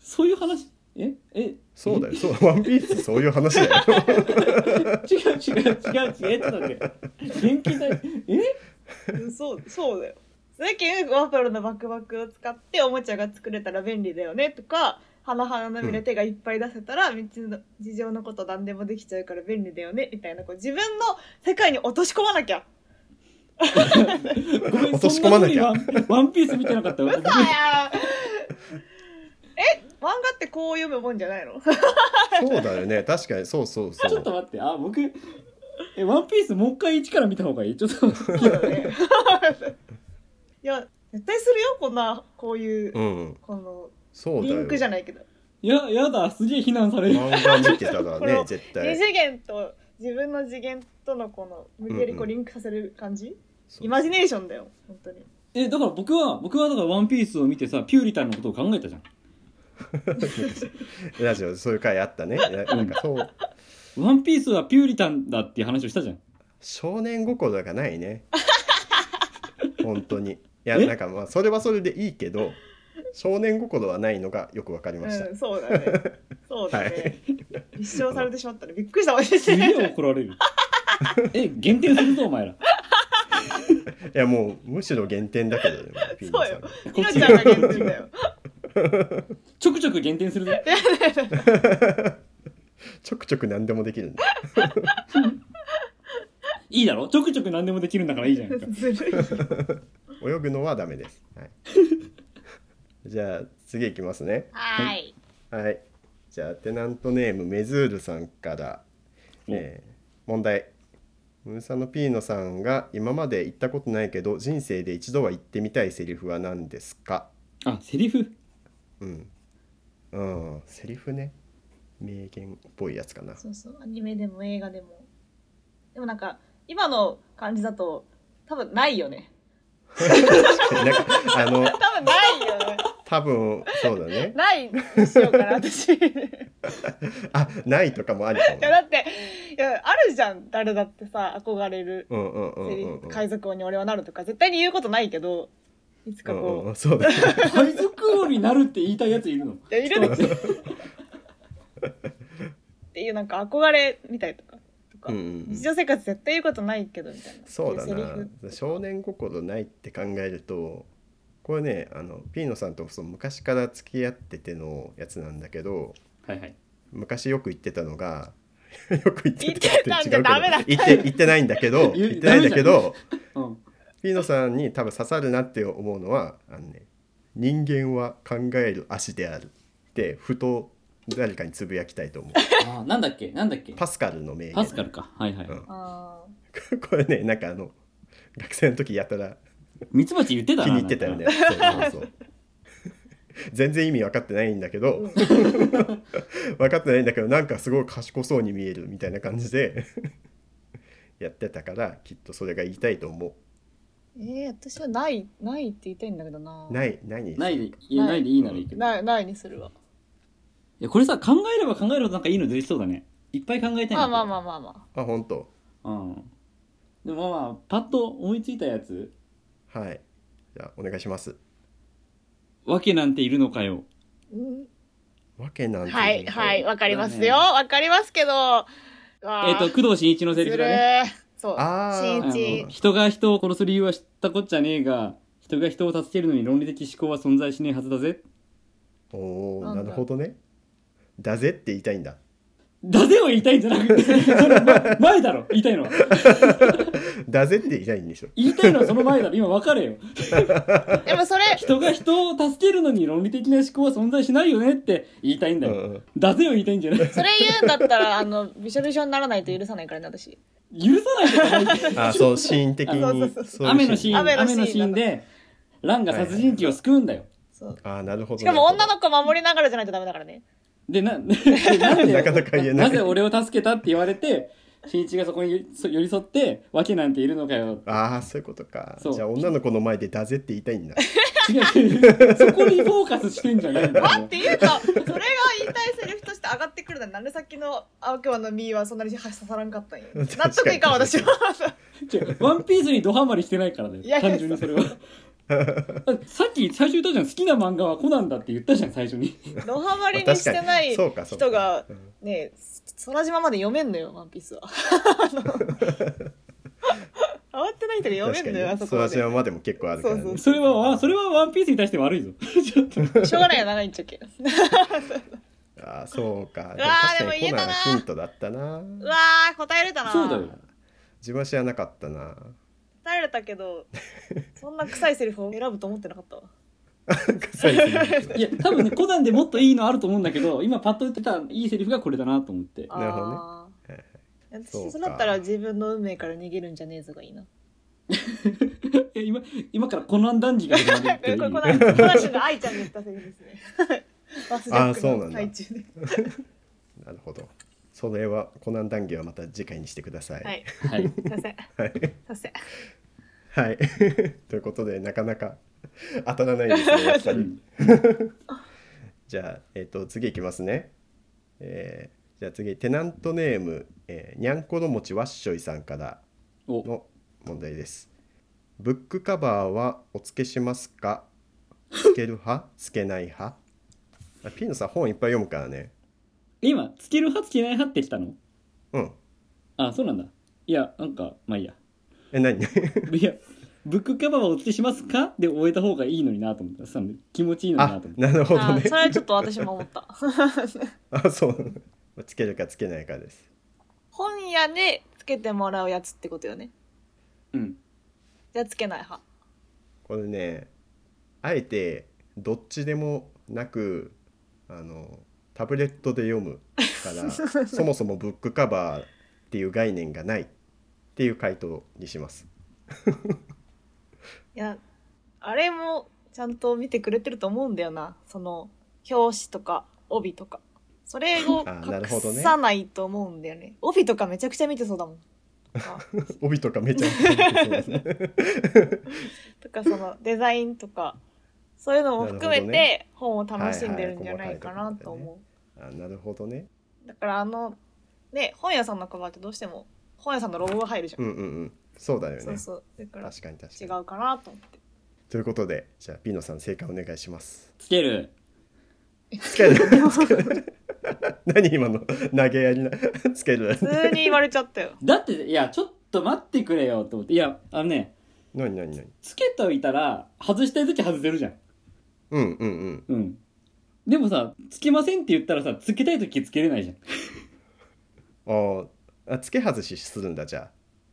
[SPEAKER 2] そういう話ええ
[SPEAKER 1] そうだよそうワンピースそういう話だよ
[SPEAKER 2] 違う違う違う違うえちょっと待って電気代え
[SPEAKER 3] うんそうそうだよ最近ワッフルのバクバクを使っておもちゃが作れたら便利だよねとか花々の実で手がいっぱい出せたら、道の事情のこと何でもできちゃうから便利だよねみたいなこう自分の世界に落とし込まな きゃ
[SPEAKER 2] ごめん
[SPEAKER 1] 落とし込まなきゃ
[SPEAKER 2] そんな風にワンワンピース見てなかった わ
[SPEAKER 3] うそやーえ漫画ってこう読むもんじゃないの
[SPEAKER 1] そうだよね確かにそうそうそ
[SPEAKER 2] ちょっ
[SPEAKER 1] う
[SPEAKER 2] と待ってあ僕えワンピースもう一回一から見た方がいいちょっと
[SPEAKER 3] そうだね いや絶対するよこんなこういう、
[SPEAKER 1] うん
[SPEAKER 3] この
[SPEAKER 1] そうだ
[SPEAKER 3] リ
[SPEAKER 1] よ
[SPEAKER 3] ンクじゃないけど
[SPEAKER 2] いややだすげえ非難される
[SPEAKER 1] 漫画見てたら
[SPEAKER 3] これ
[SPEAKER 1] ね
[SPEAKER 3] を
[SPEAKER 1] 絶
[SPEAKER 3] 二
[SPEAKER 1] 対
[SPEAKER 3] 次元と自分の次元とのこの無理やりこうリンクさせる感じ、
[SPEAKER 1] そう
[SPEAKER 3] イマジネーションだよ本当に
[SPEAKER 2] えだから僕は僕はだからワンピースを見てさピューリタンのことを考えたじゃん
[SPEAKER 1] ラジオでそういう回あったねいやなんかそう
[SPEAKER 2] ワンピースはピューリタンだっていう話をしたじゃん
[SPEAKER 1] 少年心がない ね本当にいや
[SPEAKER 2] え
[SPEAKER 1] なんかまあそれはそれでいいけど少年心はないのがよくわかりました、
[SPEAKER 3] うんそう だねそうだね、
[SPEAKER 1] はい
[SPEAKER 3] 立証されてしまったねびっくりしたわ
[SPEAKER 2] す
[SPEAKER 3] 私
[SPEAKER 2] げえ怒られるえ減点するぞお前ら
[SPEAKER 1] いやもうむしろ減点だけど ねピーナさんが
[SPEAKER 2] こ
[SPEAKER 3] ひ
[SPEAKER 2] っ
[SPEAKER 3] ろ
[SPEAKER 2] ち
[SPEAKER 3] ちゃんが言ってんだよ
[SPEAKER 2] ちょくちょく減点するぞ
[SPEAKER 1] ちょくちょく何でもできるんだ
[SPEAKER 2] いいだろちょくちょく何でもできるんだからいいじゃんか
[SPEAKER 3] ずるい
[SPEAKER 1] 泳ぐのはダメです、はい、 じゃあ次いきますね
[SPEAKER 3] はーい
[SPEAKER 1] はいじゃあテナントネームメズールさんから、えー問題ムーサノピーノさんが今まで言ったことないけど人生で一度は言ってみたいセリフは何ですか
[SPEAKER 2] あセリフ
[SPEAKER 1] うん。うん、セリフね。名言っぽいやつかな。
[SPEAKER 3] そうそうアニメでも映画でもでもなんか今の感じだと多分ないよね
[SPEAKER 1] なんか、あの、
[SPEAKER 3] 多分ないよね
[SPEAKER 1] 多分、そうだね。
[SPEAKER 3] ないにしようかな私い
[SPEAKER 1] あ、ないとかもありかも
[SPEAKER 3] や。だっていやあるじゃん誰だってさ憧れる
[SPEAKER 1] うんうんうん
[SPEAKER 3] セ
[SPEAKER 1] う
[SPEAKER 3] リ
[SPEAKER 1] ん
[SPEAKER 3] フ
[SPEAKER 1] うん。
[SPEAKER 3] 海賊王に俺はなるとか絶対に言うことないけどいつ
[SPEAKER 1] う
[SPEAKER 3] か
[SPEAKER 1] ん
[SPEAKER 3] こう、
[SPEAKER 1] うんうん、そうだね。
[SPEAKER 2] 海賊王になるって言いたいやついるの
[SPEAKER 3] いやいるでしょっていうなんか憧れみたいとかとか、
[SPEAKER 1] うんうんうん
[SPEAKER 3] 日常生活絶対言うことないけどみたいな
[SPEAKER 1] そうだ
[SPEAKER 3] っていセ
[SPEAKER 1] な
[SPEAKER 3] リフ。
[SPEAKER 1] 少年心ないって考えると、これね、あの、ピーノさんとその昔から付き合っててのやつなんだけど、
[SPEAKER 2] はいはい
[SPEAKER 1] 昔よく言ってたのが、 よく言って
[SPEAKER 3] 言
[SPEAKER 1] た
[SPEAKER 3] っ
[SPEAKER 1] って
[SPEAKER 3] て
[SPEAKER 1] 違
[SPEAKER 3] た
[SPEAKER 1] うん
[SPEAKER 3] じゃダメだ
[SPEAKER 1] けど、言って、言ってないんだけど、
[SPEAKER 2] 言う
[SPEAKER 1] 言ってないんだけど、
[SPEAKER 2] うん
[SPEAKER 1] ピーノさんに多分刺さるなって思うのはあの、ね「人間は考える足である」ってふと誰かにつぶやきたいと思う
[SPEAKER 2] あなんだっけなんだっけ
[SPEAKER 1] パスカルの名言
[SPEAKER 2] パスカルかはいはい、
[SPEAKER 1] うん
[SPEAKER 3] あ
[SPEAKER 1] これねなんかあの学生の時やたら
[SPEAKER 2] ミツバチ言ってたな
[SPEAKER 1] 気に入ってたよね
[SPEAKER 2] なんか
[SPEAKER 1] そうそうそう 全然意味分かってないんだけ ど分かってないんだけどなんかすごい賢そうに見えるみたいな感じで やってたからきっとそれが言いたいと思
[SPEAKER 3] ーえー、私はないないって言いたいんだけどな
[SPEAKER 1] うないない
[SPEAKER 2] ないでいやないでいいならいいけど
[SPEAKER 3] ないないにするわ
[SPEAKER 2] いやこれさ考えれば考えるほどなんかいいの出てきそうだねいっぱい考えたい
[SPEAKER 3] まあまあ
[SPEAKER 2] あ
[SPEAKER 3] まあまあま
[SPEAKER 1] あ本当
[SPEAKER 2] うんでもまあまあパッと思いついたやつ
[SPEAKER 1] はいじゃあお願いします
[SPEAKER 2] わけなんているのかよ
[SPEAKER 3] あ、うん
[SPEAKER 1] わけなんてうの
[SPEAKER 3] はいはいわかります
[SPEAKER 2] だね
[SPEAKER 3] よわ、かりますけどわー
[SPEAKER 2] えっ、と工藤新一のセリフだね
[SPEAKER 3] ずるーそう
[SPEAKER 1] あー
[SPEAKER 2] あ
[SPEAKER 3] 新一
[SPEAKER 2] の人が人を殺す理由は知ったこっちゃねえが人が人を助けるのに論理的思考は存在しねえはずだぜ
[SPEAKER 1] おお
[SPEAKER 3] なん
[SPEAKER 1] な
[SPEAKER 3] だ
[SPEAKER 1] るほどねだぜって言いたいんだ
[SPEAKER 2] だぜを言いたいんじゃなくてそれ前前だろ言いたいのは
[SPEAKER 1] だぜって言いたいんでしょ。
[SPEAKER 2] 言いたいのはその前だろ今分かれよ
[SPEAKER 3] でもそれ
[SPEAKER 2] 人が人を助けるのに論理的な思考は存在しないよねって言いたいん
[SPEAKER 1] う
[SPEAKER 2] だよ、
[SPEAKER 1] ん
[SPEAKER 2] だぜを言いたいんじゃない
[SPEAKER 3] それ言うんだったらあのびしょびしょにならないと許さないからね私
[SPEAKER 2] 許さないで
[SPEAKER 1] あそうシーン的に
[SPEAKER 3] あ そうそう
[SPEAKER 1] そういう
[SPEAKER 2] 雨のシーン雨
[SPEAKER 3] 雨
[SPEAKER 2] の
[SPEAKER 3] の
[SPEAKER 2] シ
[SPEAKER 3] シーン
[SPEAKER 2] ーンでランが殺人鬼を救うんだよ、
[SPEAKER 3] そう
[SPEAKER 1] あなるほど
[SPEAKER 3] しかも女
[SPEAKER 1] の
[SPEAKER 3] の子守りながらじゃないとダメだからね
[SPEAKER 2] でな でなんで
[SPEAKER 1] なかなか言えない
[SPEAKER 2] ぜ俺を助けたって言われて新一がそこに寄そ寄り添って「わけなんているのかよ
[SPEAKER 1] ああそういうことか
[SPEAKER 2] そう
[SPEAKER 1] じゃあ女の子の前でだぜって言いたい んだ」
[SPEAKER 2] 違う違 うそこにフォーカスしてんじゃないんだよ
[SPEAKER 3] わっていうかそれが言いたいセリフとして上がってくるのになんでさっきの悪魔のミーはそんなに刺さらんかったんや納得いかん私は
[SPEAKER 2] 違うワンピースにドハマりしてないからだ
[SPEAKER 3] いや
[SPEAKER 2] よ
[SPEAKER 3] い
[SPEAKER 2] 単
[SPEAKER 3] や
[SPEAKER 2] 純にそれは さっき最初言ったじゃん好きな漫画はコナンだって言ったじゃん最初に
[SPEAKER 3] ドハマりに
[SPEAKER 1] 確
[SPEAKER 3] して
[SPEAKER 1] か
[SPEAKER 3] な
[SPEAKER 1] に
[SPEAKER 3] い
[SPEAKER 1] そうかそうか
[SPEAKER 3] 人が
[SPEAKER 1] うん
[SPEAKER 3] ね空島まで読めんのよワンピー スはあの慌てない人が読め
[SPEAKER 1] 確か
[SPEAKER 3] ん
[SPEAKER 1] に
[SPEAKER 3] のよあ
[SPEAKER 1] ね
[SPEAKER 3] そこま
[SPEAKER 1] 空
[SPEAKER 3] で
[SPEAKER 1] 島までも結構あるから
[SPEAKER 3] そう
[SPEAKER 1] ね
[SPEAKER 2] それはわそれはワンピースに対して悪いぞちょっと
[SPEAKER 3] しょうがないよ長いんちゃうけ
[SPEAKER 1] ああそうか
[SPEAKER 3] うわー
[SPEAKER 1] でも確
[SPEAKER 3] でも
[SPEAKER 1] かに
[SPEAKER 3] 言え
[SPEAKER 1] コ
[SPEAKER 3] た
[SPEAKER 1] ナン
[SPEAKER 3] な
[SPEAKER 1] ヒントだったな
[SPEAKER 3] うわー答えれたな
[SPEAKER 2] そうだよ
[SPEAKER 1] 自分は知らなかったな
[SPEAKER 3] 答えれた けどそんな臭いセリフを選ぶと思ってなかったわ
[SPEAKER 1] 臭いですね
[SPEAKER 2] いや多分ねコナンでもっといいのあると思うんだけど今パッと言ってたいいセリフがこれだなと思って
[SPEAKER 1] なるほどね
[SPEAKER 3] あー
[SPEAKER 1] そうか
[SPEAKER 3] 私そうだったら自分の運命から逃げるんじゃねえぞがいいな。
[SPEAKER 2] え今今からコナン男児が始まるっ
[SPEAKER 3] これ
[SPEAKER 2] ていう
[SPEAKER 3] これこのこの話が愛ちゃんに言ったセリフですね。バスジャッ
[SPEAKER 1] そうな
[SPEAKER 3] ク
[SPEAKER 1] ん
[SPEAKER 3] の
[SPEAKER 1] だ
[SPEAKER 3] 最中で。
[SPEAKER 1] なるほどそれはコナン談義はまた次回にしてください
[SPEAKER 3] はい。
[SPEAKER 2] はい
[SPEAKER 3] すいません。す
[SPEAKER 1] はい
[SPEAKER 3] いません。
[SPEAKER 1] はい ということでなかなか当たらないですねやっぱりじゃあ、えっと次いきますね、えーじゃあ次テナントネーム、えーにゃんこのもちわっしょいさんから
[SPEAKER 2] お
[SPEAKER 1] の問題ですブックカバーはお付けしますかつける派つけない派あピーノさん本いっぱい読むからね
[SPEAKER 2] 今つける派つけない派ってきたの
[SPEAKER 1] うん
[SPEAKER 2] あそうなんだいやなんかまあいいや
[SPEAKER 1] え何
[SPEAKER 2] いやブックカバーはお付けしますかで終えた方がいいのになと思ったその気持ちいいのにな
[SPEAKER 1] あ
[SPEAKER 2] と思った
[SPEAKER 1] なるほど
[SPEAKER 3] あ
[SPEAKER 1] ね
[SPEAKER 3] ーそれはちょっと私も思った。
[SPEAKER 1] あそうつけるかつけないかです
[SPEAKER 3] 本屋でつけてもらうやつってことよね。
[SPEAKER 2] うん
[SPEAKER 3] じゃあつけない派。
[SPEAKER 1] これねあえてどっちでもなくあのタブレットで読むから そもそもブックカバーっていう概念がないっていう回答にします
[SPEAKER 3] いや、あれもちゃんと見てくれてると思うんだよな。その表紙とか帯とか。それを
[SPEAKER 1] あーなるほど
[SPEAKER 3] 隠
[SPEAKER 1] ね
[SPEAKER 3] さないと思うんだよね。帯とかめちゃくちゃ見てそうだ もん。あ
[SPEAKER 1] 帯とかめちゃめちゃそうですね
[SPEAKER 3] とかそのデザインとかそういうのも含め
[SPEAKER 1] なるほどね
[SPEAKER 3] て本を楽しんでるんじゃないかなと思う、
[SPEAKER 1] はいはあなるほどね
[SPEAKER 3] だからあのね本屋さんのカバーってどうしても本屋さんのロゴが入るじゃん、
[SPEAKER 1] うんうんうんそうだよね
[SPEAKER 3] そうそうだから
[SPEAKER 1] 確かに確か
[SPEAKER 3] 違
[SPEAKER 1] に
[SPEAKER 3] うかなと思って
[SPEAKER 1] ということでじゃあピーノさん正解お願いします
[SPEAKER 2] つける
[SPEAKER 1] つける つける何今の投げやりなつける
[SPEAKER 3] 普通に言われちゃったよ
[SPEAKER 2] だっていやちょっと待ってくれよと思っていやあのね
[SPEAKER 1] 何何何
[SPEAKER 2] つけといたら外したい時外せるじゃん
[SPEAKER 1] うんうんうん
[SPEAKER 2] うんでもさつけませんって言ったらさつけたい時つけれないじゃん
[SPEAKER 1] ああ付け外しするんだじゃ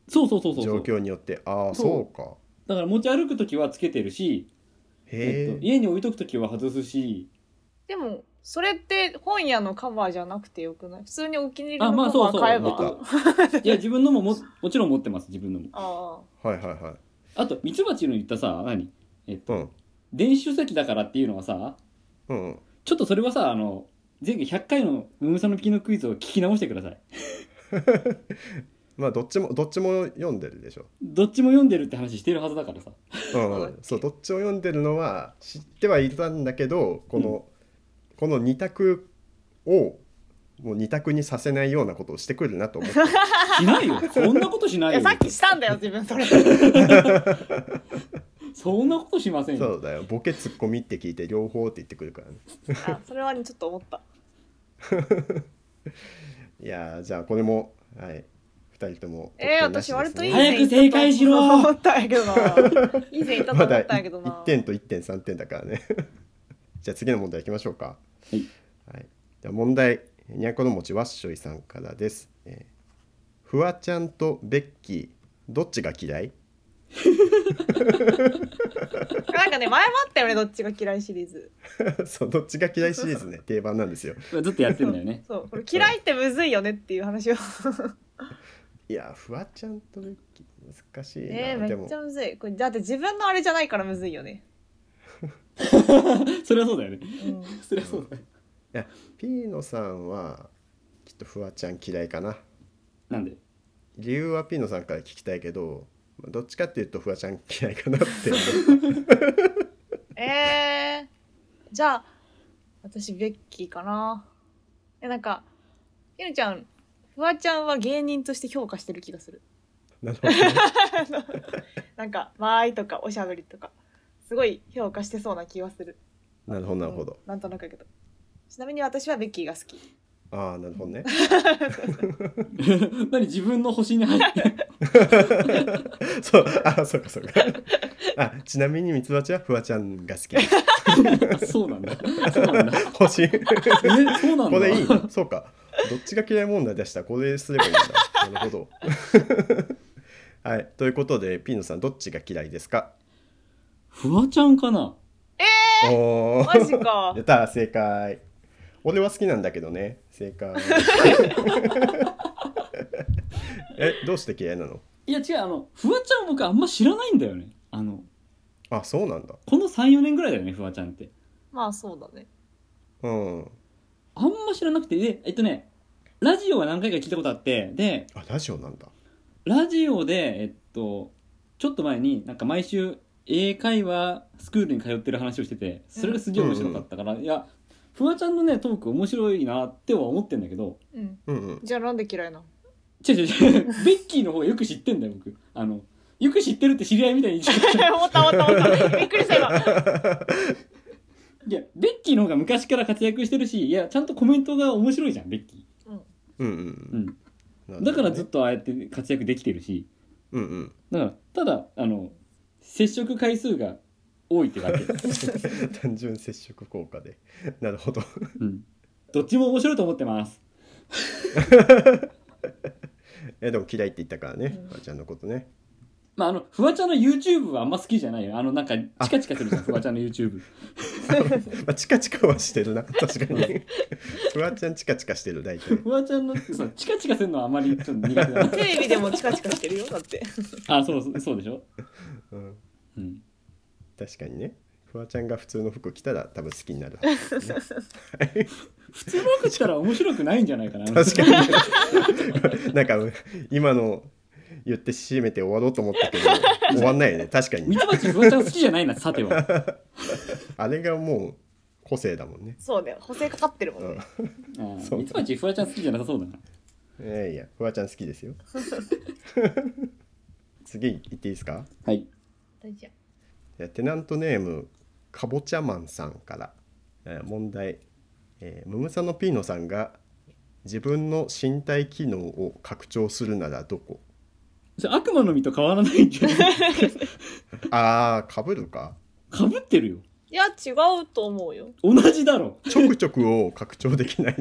[SPEAKER 2] そうそうそう
[SPEAKER 1] あ
[SPEAKER 2] そうそう
[SPEAKER 1] 状況によってああ
[SPEAKER 2] そ
[SPEAKER 1] そううか
[SPEAKER 2] だから持ち歩く時はつけてるし、えっ
[SPEAKER 1] へ
[SPEAKER 2] と、
[SPEAKER 1] え
[SPEAKER 2] 家に置いとく時は外すし
[SPEAKER 3] でもそれって本屋のカバーじゃなくてよくない普通にお気に入り
[SPEAKER 2] あまあ
[SPEAKER 3] のカ
[SPEAKER 2] そ
[SPEAKER 3] バ
[SPEAKER 2] うそ
[SPEAKER 3] ー
[SPEAKER 2] う
[SPEAKER 3] 買え
[SPEAKER 1] ま
[SPEAKER 3] ば、
[SPEAKER 1] あそう
[SPEAKER 2] いや自分のもももちろん持ってます自分のも
[SPEAKER 3] あ
[SPEAKER 1] はいはいはい
[SPEAKER 2] あとミツバチの言ったさ何えっと
[SPEAKER 1] うん
[SPEAKER 2] 電子書籍だからっていうのはさ
[SPEAKER 1] うんうん
[SPEAKER 2] ちょっとそれはさあの前回100回のムムサのピのクイズを聞き直してください
[SPEAKER 1] まあどっちもどっちも読んでるでしょ、
[SPEAKER 2] どっちも読んでるって話してるはずだからさ
[SPEAKER 1] うんう
[SPEAKER 3] そうだっ
[SPEAKER 1] ん、
[SPEAKER 3] け
[SPEAKER 1] そうどっちも読んでるのは知ってはいたんだけどこの、この二択をもう二択にさせないようなことをしてくるなと思って
[SPEAKER 2] しない よそんなことし
[SPEAKER 3] あ
[SPEAKER 2] ないいよ
[SPEAKER 3] やさっきしたんだよ自分そ れ
[SPEAKER 2] そんなことしません
[SPEAKER 1] そ
[SPEAKER 2] よ
[SPEAKER 1] うだよボケツッコミって聞いて両方って言ってくるからね
[SPEAKER 3] あそれはねちょっと思 った
[SPEAKER 1] いやーじゃあこれもはい二人とも
[SPEAKER 3] えー、
[SPEAKER 1] 得点なし
[SPEAKER 3] 私割とい
[SPEAKER 1] で
[SPEAKER 3] い
[SPEAKER 1] すね
[SPEAKER 3] 線い
[SPEAKER 2] 早く正
[SPEAKER 3] ったと
[SPEAKER 2] 解しろ
[SPEAKER 3] 思ったんやけ どないい線いったと
[SPEAKER 1] ま
[SPEAKER 3] 思
[SPEAKER 1] だ
[SPEAKER 3] ったんやけどな
[SPEAKER 1] 1点と1.3点だからね じゃあ次の問題いきましょうか
[SPEAKER 2] はい
[SPEAKER 1] はい、では問題にゃんこのもちわっしょいさんからです、えーフワちゃんとベッキーどっちが嫌い
[SPEAKER 3] なんかね、前もあったよね、どっちが嫌いシリーズ。
[SPEAKER 1] そうどっちが嫌いシリーズ ね定番なんですよ
[SPEAKER 2] ずっとやってんだよね。
[SPEAKER 3] そう、これ嫌いってむずいよねっていう話を。
[SPEAKER 1] いやフワちゃんとルッキー難しいな、
[SPEAKER 3] えー、
[SPEAKER 1] で
[SPEAKER 3] めっ
[SPEAKER 1] も
[SPEAKER 3] ちゃむずい。これ、だって自分のあれじゃないからむずいよね。
[SPEAKER 2] それはそうだよね。
[SPEAKER 3] うん
[SPEAKER 2] それはそうだよ。
[SPEAKER 1] ピーノさんはきっとフワちゃん嫌いかな
[SPEAKER 2] なんで
[SPEAKER 1] 理由はピーノさんから聞きたいけどまあどっちかっていうとフワちゃん嫌いかなって思 う
[SPEAKER 3] えー、じゃあ、私、ベッキーかな。え、なんか、ゆるちゃん、フワちゃんは芸人として評価してる気がする。
[SPEAKER 1] なるほどね
[SPEAKER 3] なんか、間合いとかおしゃべりとか、すごい評価してそうな気がする。
[SPEAKER 1] なるほどなるほど
[SPEAKER 3] うんなんとなくやけど。ちなみに私はベッキーが好き。
[SPEAKER 1] ああなるほどね
[SPEAKER 2] 何自分の星に入って。
[SPEAKER 1] そうあそうかそうかあちなみにミツバチはフワちゃんが好き
[SPEAKER 2] あそうなんだ。そうなんだ。
[SPEAKER 1] 星
[SPEAKER 2] え、そうなんだ。
[SPEAKER 1] これいいなそうかどっちが嫌い問題出したらこれすればいいんだなるほど はいということでピーノさんどっちが嫌いですか
[SPEAKER 2] フワちゃんかな
[SPEAKER 1] お
[SPEAKER 3] マジ
[SPEAKER 1] ー
[SPEAKER 3] か
[SPEAKER 1] や。った正解俺は好きなんだけどね正解 えどうして嫌いなの
[SPEAKER 2] いや違う、あの、フワちゃん僕あんま知らないんだよね。あの、
[SPEAKER 1] あそうなんだ
[SPEAKER 2] この3、4年ぐらいだよね、フワちゃんって。
[SPEAKER 3] まあそうだね。
[SPEAKER 1] うん
[SPEAKER 2] あんま知らなくて、で、えっとね、ラジオは何回か聞いたことあって、で、
[SPEAKER 1] あラジオなんだ
[SPEAKER 2] ラジオで、えっと、ちょっと前になんか毎週英会話スクールに通ってる話をしてて、それがすげえ面白かったから、いや、フワちゃんのね、トーク面白いなっては思ってんだけど、
[SPEAKER 3] うん。
[SPEAKER 1] うんうん
[SPEAKER 3] じゃあなんで嫌いなの
[SPEAKER 2] 違う違う違う、ベッキーの方がよく知ってんだよ、僕。あの、よく知ってるって知り合いみたいに言っちゃ った。
[SPEAKER 3] 思った思った思った。びっくりした今。
[SPEAKER 2] いや、ベッキーの方が昔から活躍してるし、いや、ちゃんとコメントが面白いじゃん、ベッキ
[SPEAKER 1] うん
[SPEAKER 2] ー。うん。
[SPEAKER 1] うん
[SPEAKER 2] だからずっ
[SPEAKER 1] と
[SPEAKER 2] とああやって活躍できてるし、
[SPEAKER 1] うん うん
[SPEAKER 2] だから、ただ、あの、接触回数が多いってだけ。
[SPEAKER 1] 単純接触効果でなるほど
[SPEAKER 2] うん。どっちも面白いと思ってます。
[SPEAKER 1] えでも嫌いって言ったからね、
[SPEAKER 3] うん
[SPEAKER 1] フワちゃんのことね
[SPEAKER 2] まあ、あの、フワちゃんの YouTube はあんま好きじゃないよ。あの、なんか、チカチカするじゃん、フワちゃんの YouTube。
[SPEAKER 1] まあ、チカチカはしてるな確かにフワちゃんチカチカしてる大体
[SPEAKER 2] フワちゃんの、そう、チカチカするのはあまりちょっと苦手 だな。
[SPEAKER 3] テレビでもチカチカしてるよ、だって。
[SPEAKER 2] あ、そうそう、そうでしょ
[SPEAKER 1] うん
[SPEAKER 2] うん。
[SPEAKER 1] 確かにねフワちゃんが普通の服着たら多分好きに なるはずですね、
[SPEAKER 2] 普通の服着たら面白くないんじゃないかな。
[SPEAKER 1] 確かに、ね、なん か今の言って締めて終わろうと思った けど終わんないよね確かに
[SPEAKER 2] ミツバチフワちゃん好きじゃないな、さ ては。
[SPEAKER 1] あれがもう個性だもんね、
[SPEAKER 3] そうね、補正かかってるも
[SPEAKER 1] うん
[SPEAKER 3] ね
[SPEAKER 1] ん。、
[SPEAKER 2] あー
[SPEAKER 1] そう
[SPEAKER 2] ミツバチフワちゃん好きじゃなさそうだな。
[SPEAKER 1] いやいやフワちゃん好きです よ次行っていいですか
[SPEAKER 2] はい。
[SPEAKER 3] 大丈
[SPEAKER 1] えーテナントネームかぼちゃマンさんからえー問題、えームムサノピーノさんが自分の身体機能を拡張するならどこ
[SPEAKER 2] それ悪魔の実と変わらないんじゃない
[SPEAKER 1] あーかぶるか
[SPEAKER 2] かぶってるよ。
[SPEAKER 3] いや、違うと思うよ。
[SPEAKER 2] 同じだろ。
[SPEAKER 1] ちょくちょくを拡張できない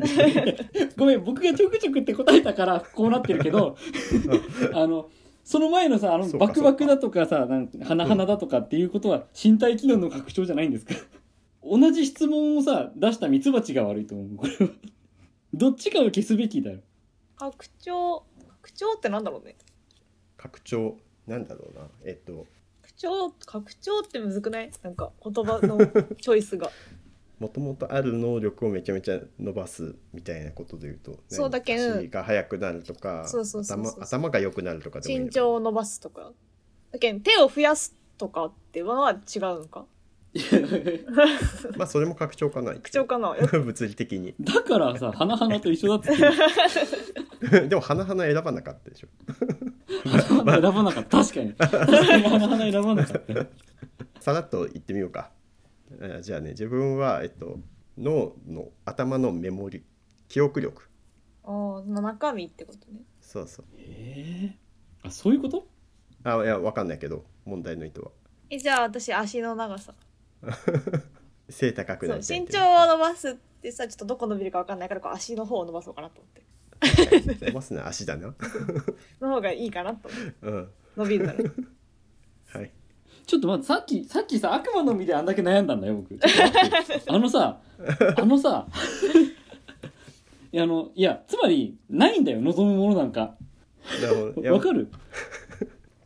[SPEAKER 2] ごめん、僕がちょくちょくって答えたから、こうなってるけど、あの、その前のさ、あの、
[SPEAKER 1] そうか
[SPEAKER 2] バクバクだとかさ、なんか、花々だとかっていうことは、身体機能の拡張じゃないんですか同じ質問をさ、出したミツバチが悪いと思う、これは。どっちかを消すべきだよ。
[SPEAKER 3] 拡張、拡張ってなんだろうね。
[SPEAKER 1] 拡張なんだろうなえっと
[SPEAKER 3] 拡張、拡張ってむずくないなんか言葉のチョイスが。
[SPEAKER 1] もともとある能力をめちゃめちゃ伸ばすみたいなことで言うと
[SPEAKER 3] そうだけん
[SPEAKER 1] 足が速くなるとか
[SPEAKER 3] そうそうそうそう
[SPEAKER 1] 頭頭が良くなるとかでもいい
[SPEAKER 3] 身
[SPEAKER 1] のか
[SPEAKER 3] 長を伸ばすとか。だけん手を増やすとかっては違うのか
[SPEAKER 1] まあそれも拡張かな
[SPEAKER 3] 拡張 かな
[SPEAKER 1] 物理的に
[SPEAKER 2] だからさ、花々と一緒だっつって、
[SPEAKER 1] でも花々選ばなかったでしょ
[SPEAKER 2] 花々選ばなかった。確かに。確かに花々選ばなかった。
[SPEAKER 1] さらっと言ってみようかえーじゃあね自分は、えっと、脳の頭のメモリ記憶力
[SPEAKER 3] ああ、中身ってことね。
[SPEAKER 1] そうそう
[SPEAKER 2] えー、あ、そういうこと
[SPEAKER 1] あいやわかんないけど問題の意図は
[SPEAKER 3] え、じゃあ私足の長さ。
[SPEAKER 1] 背高く
[SPEAKER 3] そ
[SPEAKER 1] な
[SPEAKER 3] う
[SPEAKER 1] りたい
[SPEAKER 3] 身
[SPEAKER 1] って
[SPEAKER 3] 長を伸ばすってさちょっとどこ伸びるかわかんないからこう足の方を伸ばそうかなと思って
[SPEAKER 1] 伸ばすのは足だな
[SPEAKER 3] の方がいいかなと思って
[SPEAKER 1] うん
[SPEAKER 3] 伸びるなら。
[SPEAKER 1] はい。
[SPEAKER 2] ちょっと待ってさっきさっきさ悪魔の実であんだけ悩んだんだよ僕ちょっと待 ってあのさあのさいやあのいやつまりないんだよ望むものなんか
[SPEAKER 1] なるほど。いや
[SPEAKER 2] わかる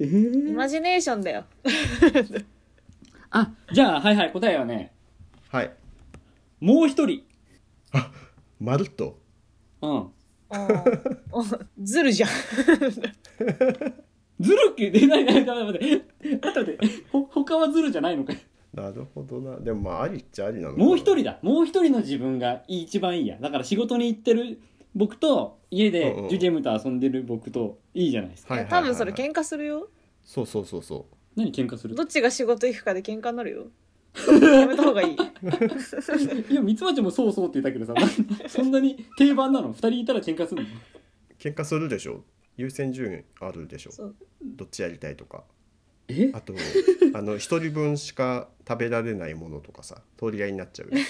[SPEAKER 2] えー
[SPEAKER 3] イマジネーションだよ。
[SPEAKER 2] あじゃあはいはい答えはね
[SPEAKER 1] はい。
[SPEAKER 2] もう一人
[SPEAKER 1] まるっと。
[SPEAKER 2] うん
[SPEAKER 3] ずるじゃん。
[SPEAKER 2] ズルき出ないないない待って待って待ってほ他はズルじゃないのか
[SPEAKER 1] なるほどな。でもまあありっちゃありなのかな。
[SPEAKER 2] もう一人だもう一人の自分がいい一番いいやだから仕事に行ってる僕と家で
[SPEAKER 1] うんうん
[SPEAKER 2] ジュゲムと遊んでる僕といいじゃないですか
[SPEAKER 1] はいはいはいはい。
[SPEAKER 3] 多分それ喧嘩するよ。
[SPEAKER 1] そうそうそうそ
[SPEAKER 2] 何喧嘩する
[SPEAKER 3] どっちが仕事行くかで喧嘩になるよ。やめた方がいい。
[SPEAKER 2] いやミツバチもそうそうって言ったけどさ なそんなに定番なの二人いたら喧嘩するの
[SPEAKER 1] う。喧嘩するでしょ。優先順位あるでしょ
[SPEAKER 3] そう。
[SPEAKER 1] どっちやりたいとか。
[SPEAKER 2] え
[SPEAKER 1] あとあの一人分しか食べられないものとかさ取り合いになっちゃうよ。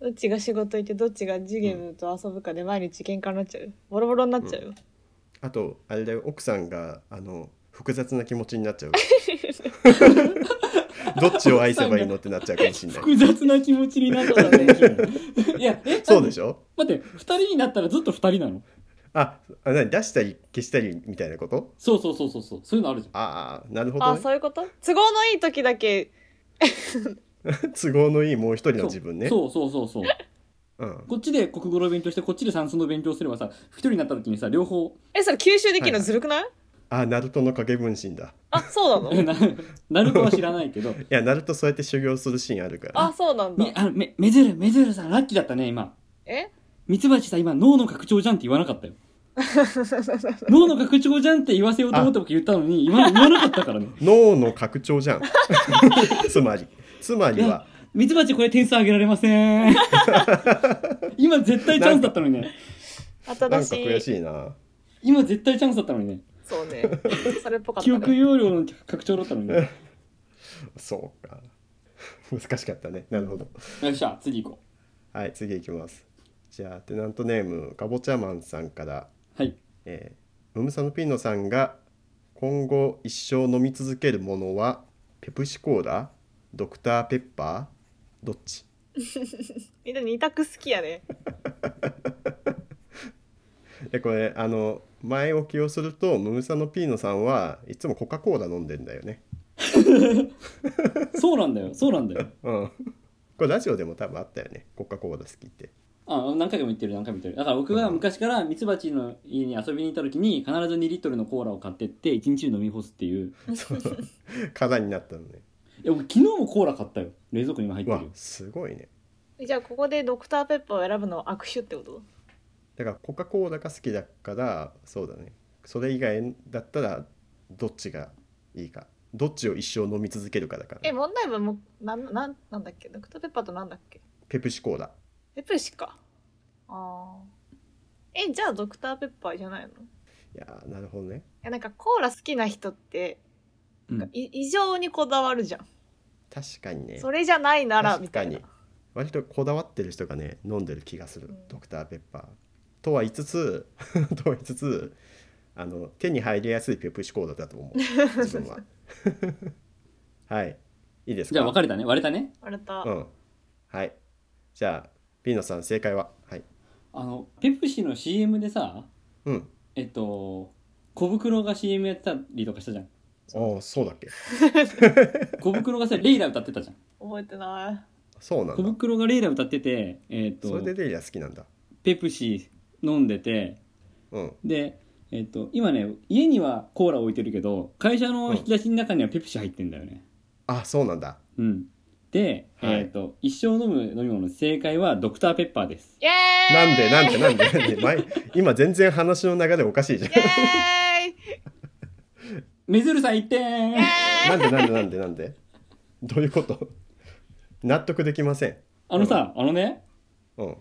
[SPEAKER 3] どっちが仕事行ってどっちがジュゲムと遊ぶかで毎日喧嘩になっちゃうよ。ボロボロになっちゃうよ。
[SPEAKER 1] あとあれだよ奥さんがあの複雑な気持ちになっちゃう。どっちを愛せばいいのってなっちゃうかもしれない。
[SPEAKER 2] 複雑な気持ちになったら 面白いいやえ
[SPEAKER 1] そうで
[SPEAKER 2] し
[SPEAKER 1] しょ
[SPEAKER 2] 待って二人になったらずっと二人なの
[SPEAKER 1] ああ何出したり消したりみたいなこと
[SPEAKER 2] そうそうそうそうそうそういうのあるじゃん
[SPEAKER 1] ああなるほど、
[SPEAKER 3] あ、
[SPEAKER 1] ね、
[SPEAKER 3] そういうこと都合のいい時だけ、
[SPEAKER 1] 都合のいいもう一人の自分ね。
[SPEAKER 2] そうそうそうそうそう
[SPEAKER 1] うん、
[SPEAKER 2] こっちで国語の勉強してこっちで算数の勉強すればさ一人になった時にさ両方
[SPEAKER 3] え、それ吸収できるのずるくない、
[SPEAKER 1] あナルトの影分身だ。
[SPEAKER 3] あ、そうなの
[SPEAKER 2] ななるかは知らない けど
[SPEAKER 1] いやナルトそうやって修行するシーンあるから、
[SPEAKER 3] あ、そうなんだ
[SPEAKER 2] み。あのめめずるめずるさんラッキーだったね今
[SPEAKER 3] え
[SPEAKER 2] ミツバチさん今脳の拡張じゃんって言わなかったよ脳の拡張じゃんって言わせようと思って僕言ったの に言わ言わなかったからね
[SPEAKER 1] 脳の拡張じゃん。 つまりつまりは
[SPEAKER 2] ミツバチこれ点数上げられませ ん今絶対チャンスだったのにね
[SPEAKER 1] なん
[SPEAKER 3] 新
[SPEAKER 1] か
[SPEAKER 3] し
[SPEAKER 1] 悔
[SPEAKER 3] い。
[SPEAKER 1] しいな。
[SPEAKER 2] 今絶対チャンスだったのにね
[SPEAKER 3] そうね。それっぽかっ
[SPEAKER 2] 記
[SPEAKER 3] た、
[SPEAKER 2] 憶
[SPEAKER 3] ね。
[SPEAKER 2] 容量の拡張だったの にね
[SPEAKER 1] そうか。難しかったね。なるほど。
[SPEAKER 2] よっしゃ次行こ
[SPEAKER 1] はい、次いきます。じゃあ、テナントネーム、かぼちゃマンさんから、
[SPEAKER 2] うはい
[SPEAKER 1] えー、ムムサノピーノさんが今後一生飲み続けるものは、ペプシコーラ、ドクターペッパー、どっち
[SPEAKER 3] みんな二択好きやね。
[SPEAKER 1] でこれ、あの、前置きをすると、ムムサノピーノさんはいつもコカ・コーラ飲んでんだよね。
[SPEAKER 2] そうなんだよそうなんだよ
[SPEAKER 1] うん。これラジオでも多分あったよね。コカ・コーラ好きって。
[SPEAKER 2] あ何回も言ってる何回も言ってるだから僕が昔からミツバチの家に遊びに行った時に必ず2リットルのコーラを買ってって1日で飲み干すっていう
[SPEAKER 1] 空になったのね。
[SPEAKER 2] いや僕昨日もコーラ買ったよ冷蔵庫に今入
[SPEAKER 1] う
[SPEAKER 2] って
[SPEAKER 1] わ
[SPEAKER 2] るよ、
[SPEAKER 1] すごいね。
[SPEAKER 3] じゃあここでドクターペッパーを選ぶのは握手ってこと
[SPEAKER 1] だからコカ・コーラが好きだからそうだねそれ以外だったらどっちがいいかどっちを一生飲み続けるかだからね、
[SPEAKER 3] え、問題文も、なん、なん、なんだっけドクターペッパーとなんだっけ
[SPEAKER 1] ペプシコーラ
[SPEAKER 3] ペプシか。ああ。え、じゃあドクターペッパーじゃないの
[SPEAKER 1] い
[SPEAKER 3] い
[SPEAKER 1] やーなるほどね
[SPEAKER 3] や、なんかコーラ好きな人って、
[SPEAKER 2] うん
[SPEAKER 3] なんかい異常にこだわるじゃん。
[SPEAKER 1] 確かにね
[SPEAKER 3] それじゃないなら、み
[SPEAKER 1] 確
[SPEAKER 3] た
[SPEAKER 1] か
[SPEAKER 3] い
[SPEAKER 1] に
[SPEAKER 3] な。
[SPEAKER 1] 割とこだわってる人がね飲んでる気がする、
[SPEAKER 3] うん
[SPEAKER 1] ドクターペッパーとは言いつつ とは言いつつあの手に入りやすいペプシコーラだと 思う自分は はいいいですか
[SPEAKER 2] じゃあ分かれたね割れたね
[SPEAKER 3] あれた。
[SPEAKER 1] うんはいじゃあピーノさん正解ははい
[SPEAKER 2] あのペプシの CM でさ
[SPEAKER 1] うん
[SPEAKER 2] えっと小袋が CM やってたりとかしたじゃん
[SPEAKER 1] ああそうだっけ
[SPEAKER 2] 小袋 がさレイラ歌ってたじゃん
[SPEAKER 3] 覚えてな
[SPEAKER 1] そうなん
[SPEAKER 2] 小
[SPEAKER 1] だ
[SPEAKER 2] 袋がレイラ歌っててえっ
[SPEAKER 1] そ
[SPEAKER 2] と
[SPEAKER 1] れでレイラ好きなんだ。
[SPEAKER 2] ペプシ飲んでて
[SPEAKER 1] うん。
[SPEAKER 2] でえっと今ね家にはコーラ置いてるけど会社の引き出しの中にはペプシ入ってんだよね
[SPEAKER 1] あ、そうなんだ。
[SPEAKER 2] うん、で、
[SPEAKER 1] はい
[SPEAKER 2] えっと一生飲む飲み物の正解はドクターペッパーです
[SPEAKER 3] い。イエーイ
[SPEAKER 1] なんでなん
[SPEAKER 3] イ
[SPEAKER 1] でなんでなんで前今全然話の流れおかしいじゃん。
[SPEAKER 3] エーイ
[SPEAKER 2] めずるさん1点
[SPEAKER 1] なんでなんでなんでなんでどういうこと納得できません。
[SPEAKER 2] あのさ、あのね
[SPEAKER 1] うん。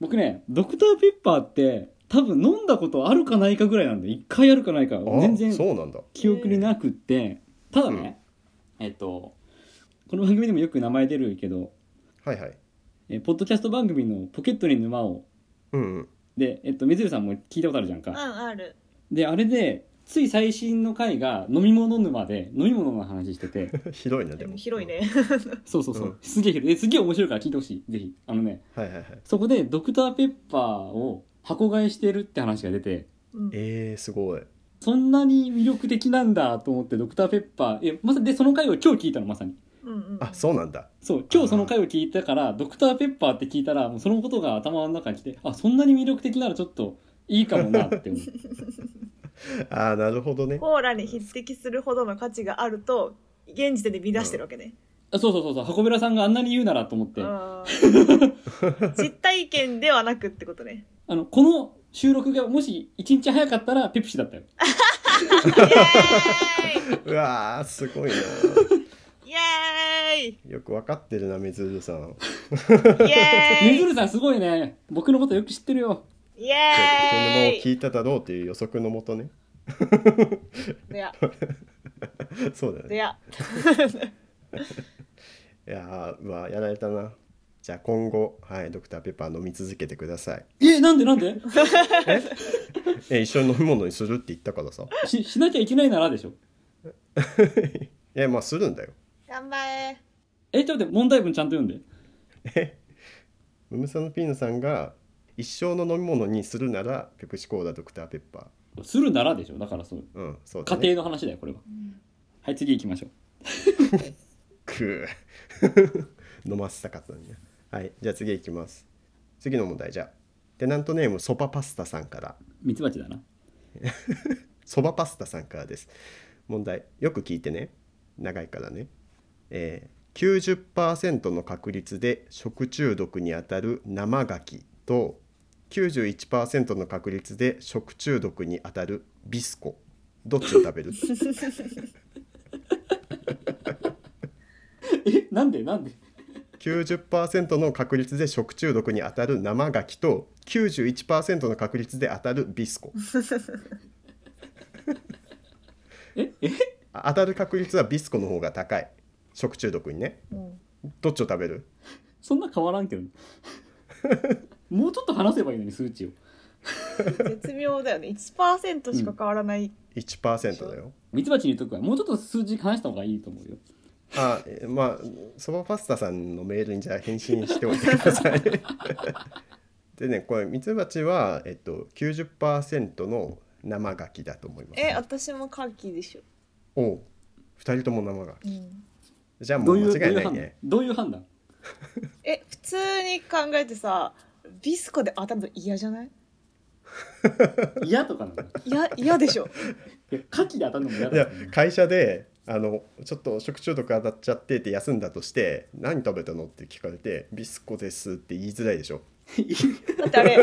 [SPEAKER 2] 僕ねドクターペッパーって多分飲んだことあるかないかぐらいなんで一回あるかないか
[SPEAKER 1] あ
[SPEAKER 2] 全然
[SPEAKER 1] そうなんだ。
[SPEAKER 2] 記憶になくってただね、えっとこの番組でもよく名前出るけど
[SPEAKER 1] はいはい。
[SPEAKER 2] えポッドキャスト番組の「ポケットに沼を
[SPEAKER 1] うんうん。」
[SPEAKER 2] で、えっと、水谷さんも聞いたことあるじゃん
[SPEAKER 3] うん、
[SPEAKER 2] か、
[SPEAKER 3] ある。
[SPEAKER 2] であれでつい最新の回が飲み物沼で飲み物の話し てて
[SPEAKER 1] ひどいなでも
[SPEAKER 3] 広いね。
[SPEAKER 2] そうそうそう、
[SPEAKER 1] うん
[SPEAKER 2] すげえ広いですげえ面白いから聞いてほしいぜひあのね
[SPEAKER 1] うんはいはいはい
[SPEAKER 2] そこでドクターペッパーを箱買いしてるって話が出て
[SPEAKER 3] うん
[SPEAKER 1] えー、すごい
[SPEAKER 2] そんなに魅力的なんだと思ってドクターペッパーえまさでその回を今日聞いたのまさに
[SPEAKER 3] うんうん
[SPEAKER 1] あそうなんだ
[SPEAKER 2] そう今日その回を聞いたからドクターペッパーって聞いたらもうそのことが頭の中に来てあそんなに魅力的ならちょっといいかもなって思う
[SPEAKER 1] あーなるほどね
[SPEAKER 3] コーラに匹敵するほどの価値があると現時点で見出してるわけね。
[SPEAKER 2] あそうそうそうそう箱べらさんがあんなに言うならと思っ て、
[SPEAKER 3] あー実体験ではなくってこと ね。
[SPEAKER 2] あのこの収録がもし1日早かったらペプシだったよ
[SPEAKER 3] イエー
[SPEAKER 1] うわーすごいな
[SPEAKER 3] イイエーイ
[SPEAKER 1] よくわかってるなみずるさん
[SPEAKER 3] イ
[SPEAKER 2] み
[SPEAKER 3] エ
[SPEAKER 2] ず
[SPEAKER 3] ーイ
[SPEAKER 2] るさんすごいね僕のことよく知ってるよ
[SPEAKER 3] イ
[SPEAKER 1] それも
[SPEAKER 3] エーイ
[SPEAKER 1] 聞いただろうっていう予測のもとね
[SPEAKER 3] でや、
[SPEAKER 1] そうだよ
[SPEAKER 3] で
[SPEAKER 1] ね
[SPEAKER 3] や。
[SPEAKER 1] いやーうわーやられたなじゃあ今後はいドクターペッパー飲み続けてください
[SPEAKER 2] えなんでなんで
[SPEAKER 1] ええ一緒に飲み物にするって言ったからさ
[SPEAKER 2] ししなきゃいけないならでしょ
[SPEAKER 1] いやまあするんだよ
[SPEAKER 3] 頑張れ。
[SPEAKER 2] えちょっと待って問題文ちゃんと読んで
[SPEAKER 1] ムムサノピーノさんが一生の飲み物にするならペプシコーラドクターペッパ
[SPEAKER 2] するならでしょだからそう
[SPEAKER 1] ーうんそうだ、
[SPEAKER 2] 家
[SPEAKER 1] ね、
[SPEAKER 2] 庭の話だよこれは、はい次行きましょう
[SPEAKER 1] くー 飲ませたかったのにねはいじゃあ次いきます次の問題じゃあテナントネームそばパスタさんから
[SPEAKER 2] ミツバチだな
[SPEAKER 1] そばパスタさんからです問題よく聞いてね長いからねえー、90%の確率で食中毒にあたる生ガキと91%の確率で食中毒にあたるビスコどっちを食べる
[SPEAKER 2] えなんでなんで
[SPEAKER 1] 90%の確率で食中毒に当たる生ガキと91%の確率で当たるビスコ
[SPEAKER 2] ええ
[SPEAKER 1] あ当たる確率はビスコの方が高い食中毒にね
[SPEAKER 3] うん
[SPEAKER 1] どっちを食べる
[SPEAKER 2] そんな変わらんけ どもうちょっと話せばいいのに数値を
[SPEAKER 3] 絶妙だよね。1%しか変わらない。
[SPEAKER 1] 1%だよ
[SPEAKER 2] ミツバチに言っとくわもうちょっと数字話した方がいいと思うよ
[SPEAKER 1] あえまあそばパスタさんのメールにじゃあ返信しておいてください でねこれミツバチは、えっと、90%の生ガキだと思います
[SPEAKER 3] え、私もカキでしょ。
[SPEAKER 1] おう2人とも生ガキ
[SPEAKER 3] うん
[SPEAKER 1] じゃあも
[SPEAKER 2] ど
[SPEAKER 1] う
[SPEAKER 2] ういう
[SPEAKER 1] 間違い
[SPEAKER 2] どういう
[SPEAKER 1] ない
[SPEAKER 2] 判
[SPEAKER 1] ね
[SPEAKER 2] 断どういう判断
[SPEAKER 3] え、普通に考えてさ、ビスコで当たるの嫌じゃない
[SPEAKER 2] 嫌とかなのい
[SPEAKER 3] いや嫌でしょ。
[SPEAKER 2] や牡蠣で当たるのも嫌
[SPEAKER 1] い
[SPEAKER 2] だ
[SPEAKER 1] や
[SPEAKER 2] からね
[SPEAKER 1] 会社であのちょっと食中毒当たっちゃってって休んだとして何食べたのって聞かれてビスコですって言いづらいでしょ
[SPEAKER 3] だってあれ、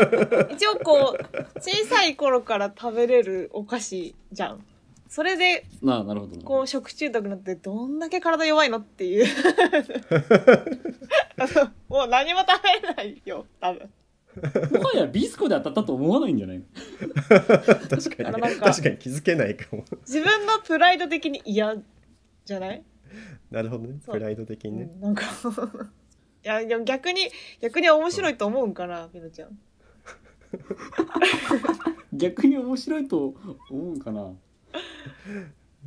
[SPEAKER 3] 一応こう、小さい頃から食べれるお菓子じゃん。それで、
[SPEAKER 2] なあなるほどな
[SPEAKER 3] こう、食中毒になって、どんだけ体弱いのっていう。もう何も食べれないよ、多分。
[SPEAKER 2] もはやビスコで当たったと思わないんじゃないの
[SPEAKER 1] 確か
[SPEAKER 3] あ
[SPEAKER 1] に
[SPEAKER 3] ら
[SPEAKER 1] ね
[SPEAKER 3] なんか
[SPEAKER 1] 確かに気づけないかも
[SPEAKER 3] 自分のプライド的に嫌じゃない
[SPEAKER 1] なるほどね
[SPEAKER 3] そう
[SPEAKER 1] プライド的にね、
[SPEAKER 3] うんなんかいやでも逆に逆に面白いと思うんかなみのちゃん
[SPEAKER 2] 逆に面白いと思うかな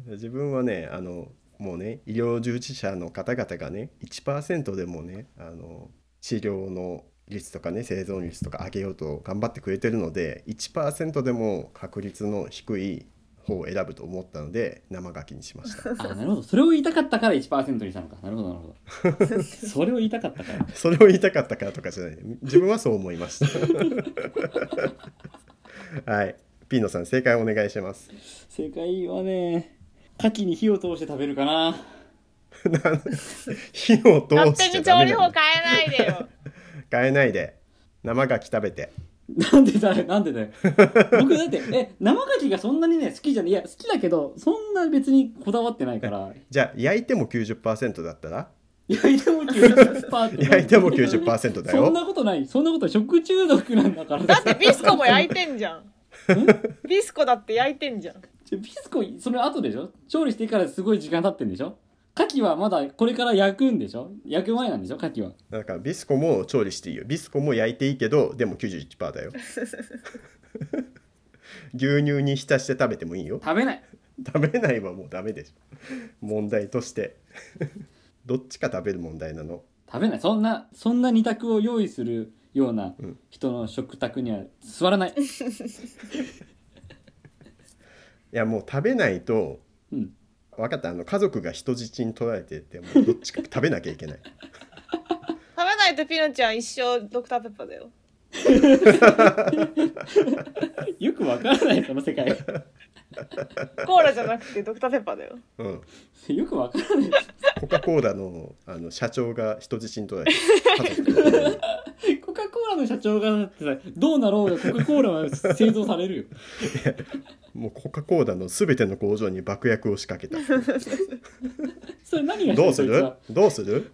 [SPEAKER 1] 自分はねあのもうね医療従事者の方々がね1%でもねあの治療の率とかね生存率とか上げようと頑張ってくれてるので1%でも確率の低い方を選ぶと思ったので生ガキにしま した。
[SPEAKER 2] あなるほどそれを言いたかったから1%にしたのかなるほどなるほ どそれを言いたかったから
[SPEAKER 1] それを言いたかったからとかじゃない自分はそう思いました はいピーノさん正解お願いします
[SPEAKER 2] 正解はね牡蠣に火を通して食べるかな
[SPEAKER 1] 火を通
[SPEAKER 3] 勝
[SPEAKER 1] しち
[SPEAKER 3] 手
[SPEAKER 1] ゃ
[SPEAKER 3] に
[SPEAKER 1] ダ
[SPEAKER 3] 調
[SPEAKER 1] メ
[SPEAKER 3] 理
[SPEAKER 1] な
[SPEAKER 3] 法
[SPEAKER 1] の
[SPEAKER 3] 変えないでよ
[SPEAKER 1] 変えないで生牡蠣食べて
[SPEAKER 2] なんでだよなんでだよ僕だってえ生牡蠣がそんなにね好きじゃないいや好きだけどそんな別にこだわってないから
[SPEAKER 1] じゃあ焼いても90%だったら
[SPEAKER 2] 焼いても90%っ て
[SPEAKER 1] 焼いても90%だ
[SPEAKER 2] そん
[SPEAKER 1] よ
[SPEAKER 2] なことないそんなこと食中毒なんだから
[SPEAKER 3] だってビスコ も焼いてんじゃんビスコだって焼いてんじゃん
[SPEAKER 2] ちょビスコその後でしょ調理してからすごい時間経ってんでしょ牡蠣はまだこれから焼くんでしょ焼く前なんでしょ牡蠣は
[SPEAKER 1] だからビスコも調理していいよビスコも焼いていいけどでも91%だよ牛乳に浸して食べてもいいよ
[SPEAKER 2] 食べない
[SPEAKER 1] 食べないはもうダメでしょ問題として どっちか食べる問題なの
[SPEAKER 2] 食べないそんなそんな二択を用意するような
[SPEAKER 1] うん
[SPEAKER 2] 人の食卓には座らない、
[SPEAKER 1] いやもう食べないと
[SPEAKER 2] うん、
[SPEAKER 1] 分かったあの家族が人質に取られててもうどっちか食べなきゃいけない
[SPEAKER 3] べないとピノちゃん一生ドクターペッパーだよ
[SPEAKER 2] よくわからないその世界
[SPEAKER 3] コーラじゃなくてドクターペッパーだよ
[SPEAKER 1] うん
[SPEAKER 2] よくわからない
[SPEAKER 1] コカ・コーラのあの社長が人質に取られて家族が
[SPEAKER 2] コカ・コーラの社長がだってさどうなろうがコカ・コーラは製造されるよ
[SPEAKER 1] もうコカ・コーラの全ての工場に爆薬を仕掛けた
[SPEAKER 2] それ何が
[SPEAKER 1] どうす
[SPEAKER 2] そいつ
[SPEAKER 1] る
[SPEAKER 2] は
[SPEAKER 1] どうする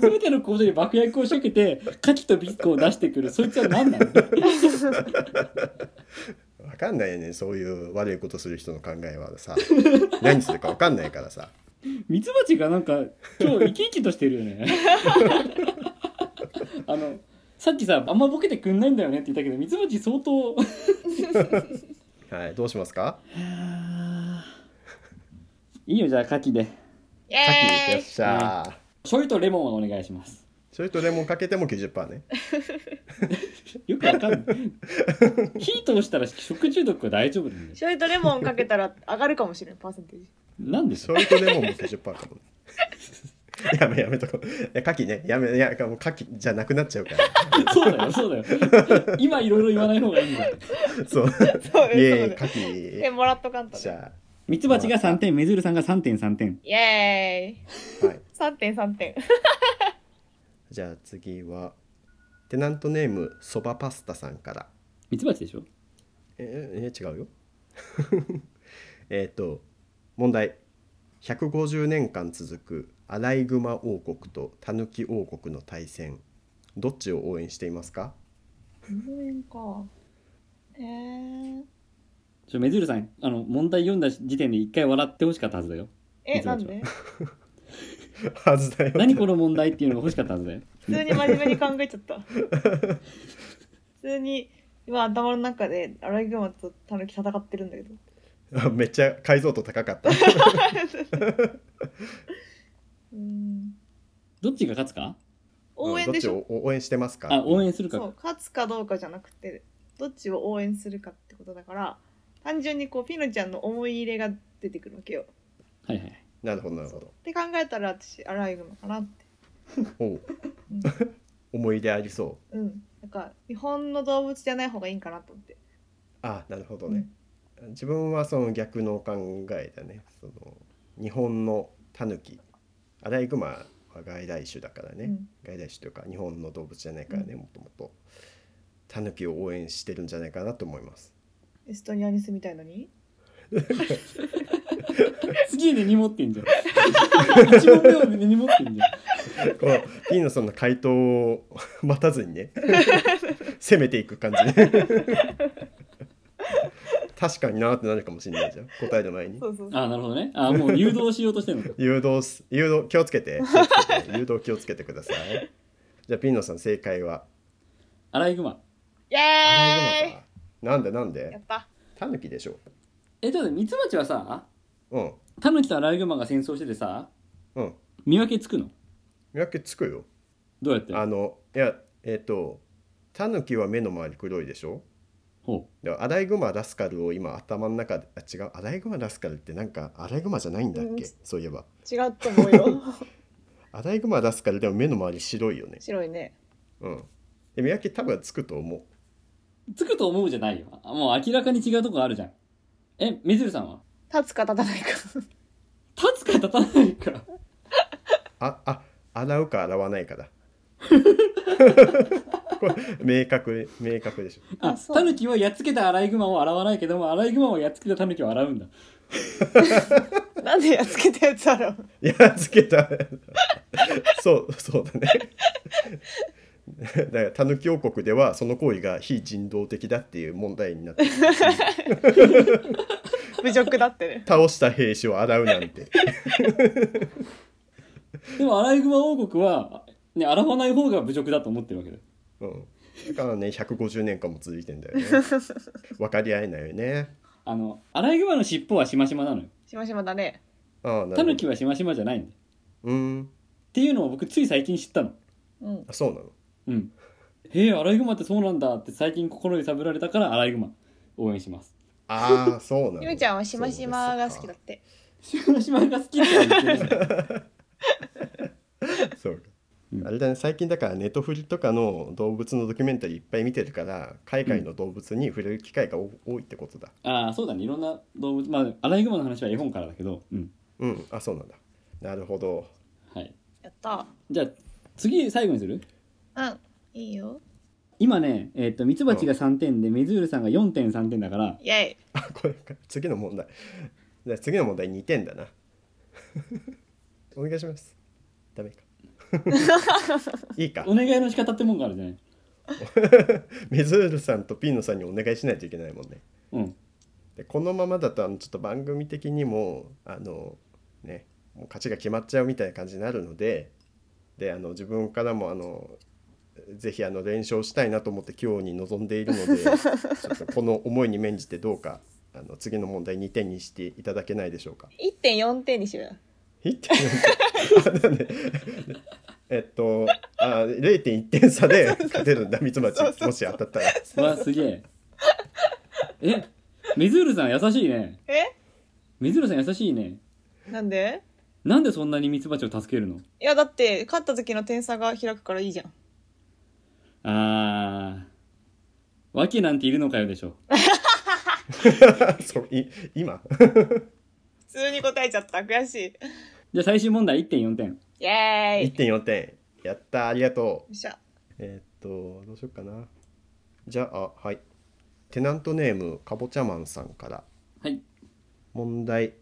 [SPEAKER 2] 全ての工場に爆薬を仕掛けてカキとビスコを出してくるそいつは何なの
[SPEAKER 1] 分かんないよねそういう悪いことする人の考えは さ何するか分かんないからさ
[SPEAKER 2] ミツバチがなんか今日生き生きとしてるよね あのさっきさあんまボケてくんないんだよねって言ったけどミツバチ相当
[SPEAKER 1] はいどうしますか
[SPEAKER 2] いいよじゃあカキで
[SPEAKER 3] イ
[SPEAKER 1] カキ
[SPEAKER 3] エ
[SPEAKER 1] よ
[SPEAKER 3] ー
[SPEAKER 1] っ
[SPEAKER 3] イ
[SPEAKER 1] しゃー
[SPEAKER 2] 醤油とレモンはお願いします
[SPEAKER 1] それとレモンかけても90%ね
[SPEAKER 2] よく わかんない火通したら食中毒は大丈夫なんだよ
[SPEAKER 3] 醤油とレモンかけたら上がるかもしれないパーセンテージ
[SPEAKER 2] なんでしょ
[SPEAKER 1] 醤油とレモンも90%かもね やめやめとこういやカキねやめいやもうカキじゃなくなっちゃうから
[SPEAKER 2] う そうだよそうだよ 今いろいろ言わない方がいいんだよ
[SPEAKER 1] そう
[SPEAKER 3] そ
[SPEAKER 1] イ
[SPEAKER 3] う
[SPEAKER 1] エーイ
[SPEAKER 3] そう
[SPEAKER 1] カキ
[SPEAKER 3] えもらっとかんと
[SPEAKER 1] じ
[SPEAKER 3] ね
[SPEAKER 1] ゃ
[SPEAKER 2] ミツバチが3点メズルさんが3.3点
[SPEAKER 3] イエ
[SPEAKER 1] あ
[SPEAKER 3] ーイ
[SPEAKER 1] はい
[SPEAKER 3] 3点3点
[SPEAKER 1] じゃあ次はテナントネームそばパスタさんから
[SPEAKER 2] ミツバチでしょ
[SPEAKER 1] ええ違うよ えっと問題150年間続くアライグマ王国とタヌキ王国の対戦どっちを応援していますか
[SPEAKER 3] 応援かえー、
[SPEAKER 2] ちょメズルさんあの問題読んだ時点で一回笑ってほしかったはずだよ
[SPEAKER 3] え
[SPEAKER 2] いつも
[SPEAKER 3] な
[SPEAKER 2] で
[SPEAKER 3] ん
[SPEAKER 2] しょ
[SPEAKER 3] で
[SPEAKER 1] はずだよ
[SPEAKER 2] 何この問題っていうのが欲しかったはずだよ
[SPEAKER 3] 普通に真面目に考えちゃった普通に今頭の中でアライグマとタヌキ戦ってるんだけ ど
[SPEAKER 1] あ めっちゃ解像度高かった
[SPEAKER 3] うーん
[SPEAKER 2] どっちが勝つか
[SPEAKER 3] 応援でし
[SPEAKER 1] うん
[SPEAKER 3] ょ、
[SPEAKER 1] どっちを応援してますか
[SPEAKER 2] あ応援する
[SPEAKER 3] そ
[SPEAKER 2] か
[SPEAKER 3] う勝つかどうかじゃなくてどっちを応援するかってことだから単純にこうピノちゃんの思い入れが出てくるわけよっ
[SPEAKER 2] はいはい
[SPEAKER 1] なるほどなるほど
[SPEAKER 3] て考えたら私アライグマかなって
[SPEAKER 1] おう 思い出ありそう
[SPEAKER 3] うんなんか日本の動物じゃない方がいいんかなと思って
[SPEAKER 1] あなるほどね、自分はその逆の考えだねその日本のタヌキアライグマは外来種だからね、
[SPEAKER 3] うん
[SPEAKER 1] 外来種というか日本の動物じゃないからねもともとタヌキを応援してるんじゃないかなと思います
[SPEAKER 3] エストニアに住みたいのに
[SPEAKER 2] すげえ根に持ってんじゃん 一問目を根に持ってんじゃん
[SPEAKER 1] このピーノさんの回答を待たずに ね攻めていく感じ ね確かになーってなるかもしれないじゃん答える前に
[SPEAKER 3] そうそうそう
[SPEAKER 2] あなるほどねあもう誘導しようとしてるのか
[SPEAKER 1] 誘導す誘導気をつけて気をつけて誘導気をつけてくださいじゃあピーノさん正解は
[SPEAKER 2] アライグマ
[SPEAKER 3] イ
[SPEAKER 1] ア
[SPEAKER 3] エ
[SPEAKER 1] ライ
[SPEAKER 3] ー
[SPEAKER 1] グ
[SPEAKER 3] イ
[SPEAKER 1] マかなんでなん
[SPEAKER 3] や
[SPEAKER 1] で
[SPEAKER 3] った
[SPEAKER 1] タヌキでしょ
[SPEAKER 2] えちょっとミツバチはさ
[SPEAKER 1] うん
[SPEAKER 2] タヌキとアライグマが戦争しててさ
[SPEAKER 1] うん
[SPEAKER 2] 見分けつくの
[SPEAKER 1] 見分けつくよ
[SPEAKER 2] どうやって
[SPEAKER 1] あのいやえっ、とタヌキは目の周り黒いでしょ
[SPEAKER 2] ほ
[SPEAKER 1] でアライグマラスカルを今頭の中であ違うアライグマラスカルってなんかアライグマじゃないんだっ
[SPEAKER 3] うん
[SPEAKER 1] けそういえば
[SPEAKER 3] 違うと 思うよ
[SPEAKER 1] アライグマラスカルでも目の周り白いよね
[SPEAKER 3] 白いね
[SPEAKER 1] うんで見分け多分つくと思う
[SPEAKER 2] うつくと思うじゃないよもう明らかに違うとこあるじゃんえメズルさんは
[SPEAKER 3] 立つか立たないか
[SPEAKER 2] 立つか立たないか
[SPEAKER 1] ああ洗うか洗わないかだ これ明確明確でしょ
[SPEAKER 2] あ
[SPEAKER 3] あそう
[SPEAKER 2] タヌキはやっつけたアライグマを洗わないけどもアライグマをやっつけたタヌキを洗うんだ
[SPEAKER 3] なんでやっつけたやつある
[SPEAKER 1] やっつけた そうそうだねだからタヌキ王国ではその行為が非人道的だっていう問題になってる
[SPEAKER 3] 侮辱だってね
[SPEAKER 1] 倒した兵士を洗うなんて
[SPEAKER 2] でもアライグマ王国はね洗わない方が侮辱だと思ってるわけだよ
[SPEAKER 1] うんだからね150年間も続いてんだよね分かり合えないよね
[SPEAKER 2] あのアライグマの尻尾はしましまなのよ
[SPEAKER 3] しましまだね。
[SPEAKER 1] ああなるほ
[SPEAKER 2] タヌ
[SPEAKER 1] ど
[SPEAKER 2] キはしましまじゃないんだよ
[SPEAKER 1] うん
[SPEAKER 2] っていうのを僕つい最近知ったの
[SPEAKER 3] うん。
[SPEAKER 1] あそうなの
[SPEAKER 2] うんへえアライグマってそうなんだって最近心揺さぶられたからアライグマ応援します
[SPEAKER 1] ああそうなの
[SPEAKER 3] ゆめちゃんはしましまが好きだって。
[SPEAKER 2] しましまが好きっては言ってる
[SPEAKER 1] そうか
[SPEAKER 2] うん
[SPEAKER 1] あれだね最近だからネトフリとかの動物のドキュメンタリーいっぱい見てるから海外の動物に触れる機会がお多いってことだ
[SPEAKER 2] ああそうだねいろんな動物まあアライグマの話は絵本からだけどうん
[SPEAKER 1] うんあそうなんだなるほど
[SPEAKER 2] はい
[SPEAKER 3] やった。
[SPEAKER 2] じゃあ次最後にする
[SPEAKER 3] うん。いいよ。
[SPEAKER 2] 今ねえっとミツバチが3点でメズールさんが4.3点だから
[SPEAKER 3] イェイ。
[SPEAKER 1] あこれか次の問題じゃあ次の問題2点だな お願いしますダメか いいか
[SPEAKER 2] お願いの仕方ってもんがあるじゃない
[SPEAKER 1] メズールさんとピーノさんにお願いしないといけないもんね
[SPEAKER 2] うん
[SPEAKER 1] でこのままだとあのちょっと番組的にもあのねもう勝ちが決まっちゃうみたいな感じになるのでであの自分からもあのぜひあの連勝したいなと思って今日に臨んでいるのでちょっとこの思いに免じてどうかあの次の問題2点にしていただけないでしょうか。
[SPEAKER 3] 1.4点にしようよ。
[SPEAKER 1] 1点なんで えっとあ0.1点差で勝てるんだミツバチもし当たったら。
[SPEAKER 2] わすげええメズールさん優しいね
[SPEAKER 3] え
[SPEAKER 2] メズールさん優しいね
[SPEAKER 3] なんで
[SPEAKER 2] なんでそんなにミツバチを助けるの
[SPEAKER 3] いやだって勝った時の点差が開くからいいじゃん。
[SPEAKER 2] あーわけなんているのかよでしょ
[SPEAKER 1] そうい今
[SPEAKER 3] 普通に答えちゃった。悔しい。
[SPEAKER 2] じゃあ最終問題1.4点
[SPEAKER 3] イェーイ。よ
[SPEAKER 1] 1.4点やったありがとう。
[SPEAKER 3] っしゃ。
[SPEAKER 1] えーっとどうしようかなじゃあはいテナントネームかぼちゃマンさんから
[SPEAKER 2] はい
[SPEAKER 1] 問題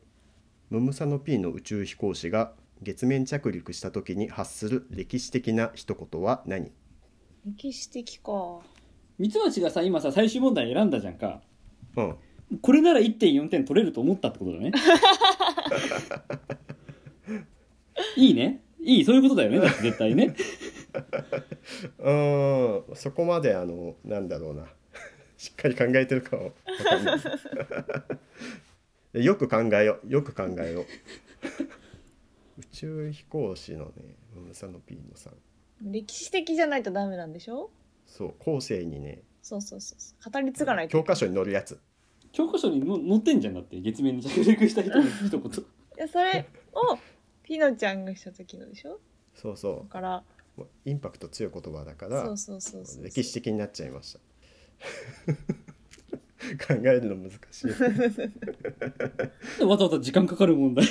[SPEAKER 1] ムムサノ P の宇宙飛行士が月面着陸した時に発する歴史的な一言は何
[SPEAKER 3] 歴史的か。
[SPEAKER 2] ミツバチがさ今さ最終問題選んだじゃんか
[SPEAKER 1] うん
[SPEAKER 2] これなら1.4点取れると思ったってことだ ねいいねいいそういうことだよねだって絶対ね
[SPEAKER 1] うーんそこまであのなんだろうな しっかり考えてるかはわかんない よく考えようよ く考えよう宇宙飛行士のねムムサノ P のさん
[SPEAKER 3] 歴史的じゃないとダメなんでしょ
[SPEAKER 1] そう後世にね
[SPEAKER 3] そうそうそうそう。語り継がないと。
[SPEAKER 1] 教科書に載るやつ
[SPEAKER 2] 教科書にの載ってんじゃんだって月面に着陸した人の一言
[SPEAKER 3] いやそれをピノちゃんがした時のでしょ
[SPEAKER 1] そうそ
[SPEAKER 3] だから
[SPEAKER 1] うもうインパクト強い言葉だから
[SPEAKER 3] そうそうそうそう
[SPEAKER 1] 歴史的になっちゃいました 考えるの難しい
[SPEAKER 2] わざわざ時間かかる問題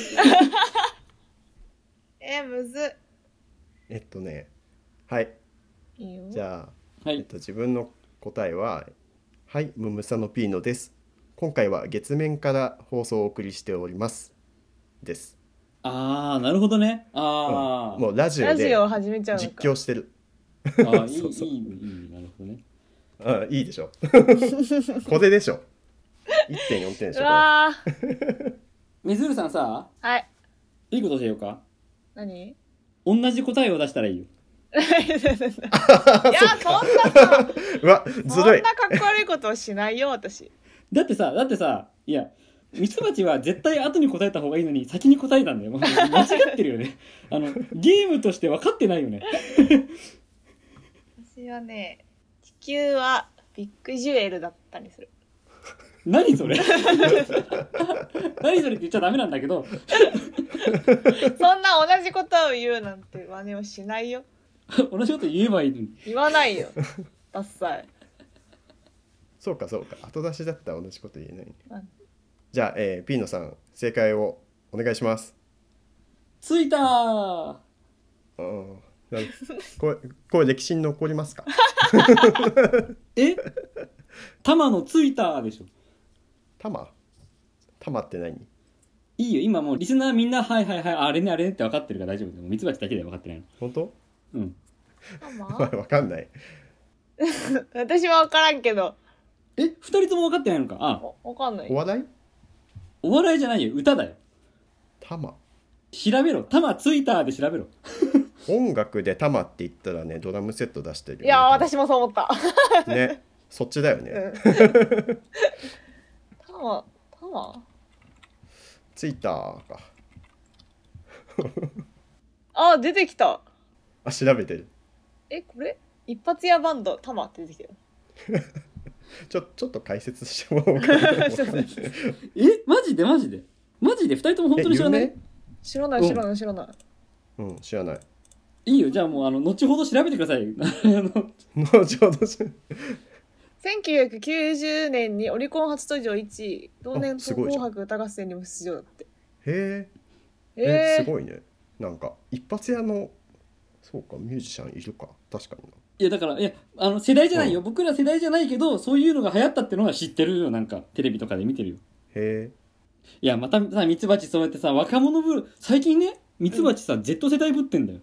[SPEAKER 3] えー、むず
[SPEAKER 1] えっとねはい
[SPEAKER 3] いいよ
[SPEAKER 1] じゃあ、
[SPEAKER 2] は
[SPEAKER 1] えっ
[SPEAKER 2] い
[SPEAKER 1] と、自分の答えは「はいムムサノピーノです今回は月面から放送をお送りしております」です、
[SPEAKER 2] ああなるほどねあ
[SPEAKER 1] う
[SPEAKER 2] あ、
[SPEAKER 1] んもうラジオ
[SPEAKER 3] ラジ
[SPEAKER 1] で
[SPEAKER 3] オを始めちゃうのか
[SPEAKER 1] 実況してる
[SPEAKER 2] あーいい
[SPEAKER 1] そうそう
[SPEAKER 2] いいいいなるほどね
[SPEAKER 1] あいいでしょこれでしょ1.4点でし
[SPEAKER 3] う
[SPEAKER 1] ょ
[SPEAKER 3] わー
[SPEAKER 2] みずるさんさ
[SPEAKER 3] はい
[SPEAKER 2] いいことしようか
[SPEAKER 3] 何い
[SPEAKER 2] 同じ答えを出したらいいよ
[SPEAKER 3] やそんなさ
[SPEAKER 1] これうわず
[SPEAKER 3] そん
[SPEAKER 1] るい
[SPEAKER 3] なかっこ悪いことはしないよ私
[SPEAKER 2] だってさだってさいやミツバチは絶対後に答えた方がいいのに先に答えたんだよもう間違ってるよねあのゲームとして分かってないよね
[SPEAKER 3] 私はね地球はビッグジュエルだったりする
[SPEAKER 2] 何それ何それって言っちゃダメなんだけど
[SPEAKER 3] そんな同じことを言うなんて真似をしないよ
[SPEAKER 2] 同じこと言えばいいのに
[SPEAKER 3] 言わないよダッサい
[SPEAKER 1] そうかそうか後出しだったら同じこと言えないね、
[SPEAKER 3] うん
[SPEAKER 1] じゃあ、えー、ピーノさん正解をお願いします
[SPEAKER 2] ついたー
[SPEAKER 1] あーなんこれこれ歴史に残りますか
[SPEAKER 2] え玉のついたーでしょ
[SPEAKER 1] 玉玉って何
[SPEAKER 2] いいよ今もうリスナーみんなはいはいはいあれねあれねって分かってるから大丈夫だよもうミツバチだけでは分かってないの
[SPEAKER 1] 本当
[SPEAKER 2] うん
[SPEAKER 3] マ
[SPEAKER 1] わかんない
[SPEAKER 3] 私は分からんけど
[SPEAKER 2] え二人とも分かってないのかあ
[SPEAKER 3] わかんない
[SPEAKER 1] お笑い
[SPEAKER 2] お笑いじゃないよ歌だよ
[SPEAKER 1] 玉
[SPEAKER 2] 調べろ玉ついたーで調べろ
[SPEAKER 1] お音楽で「玉」って言ったらねドラムセット出してるよね
[SPEAKER 3] いやー私もそう思った。
[SPEAKER 1] ねそっちだよね、
[SPEAKER 3] うん。タマタマ
[SPEAKER 1] ツイッターか
[SPEAKER 3] あ出てきた。
[SPEAKER 1] あ調べてる
[SPEAKER 3] えこれ一発屋バンドタマって出てきたよ。
[SPEAKER 1] ちょちょっと解説してもらおうかな
[SPEAKER 3] そうそう
[SPEAKER 2] えマジでマジでマジで2人とも本当に知らない
[SPEAKER 1] え
[SPEAKER 3] 知らない知らない知らない。
[SPEAKER 1] うん知らない
[SPEAKER 2] いいよじゃあもうあの後ほど調べてくださいあの
[SPEAKER 1] 後ほどし
[SPEAKER 3] 1990年にオリコン初登場1位同年
[SPEAKER 1] あ
[SPEAKER 3] と
[SPEAKER 1] すごいじ
[SPEAKER 3] 紅
[SPEAKER 1] ゃん
[SPEAKER 3] 白歌合戦にも出場だって
[SPEAKER 1] へええ
[SPEAKER 3] え
[SPEAKER 1] すごいねなんか一発屋のそうかミュージシャンいるか確かにない
[SPEAKER 2] やだからいやあの世代じゃないよ、
[SPEAKER 1] う
[SPEAKER 2] 僕ら世代じゃないけどそういうのが流行ったってのは知ってるよなんかテレビとかで見てるよ
[SPEAKER 1] へえ
[SPEAKER 2] いやまたさミツバチそうやってさ若者ぶる最近ねミツバチさ、Z 世代ぶってんだよ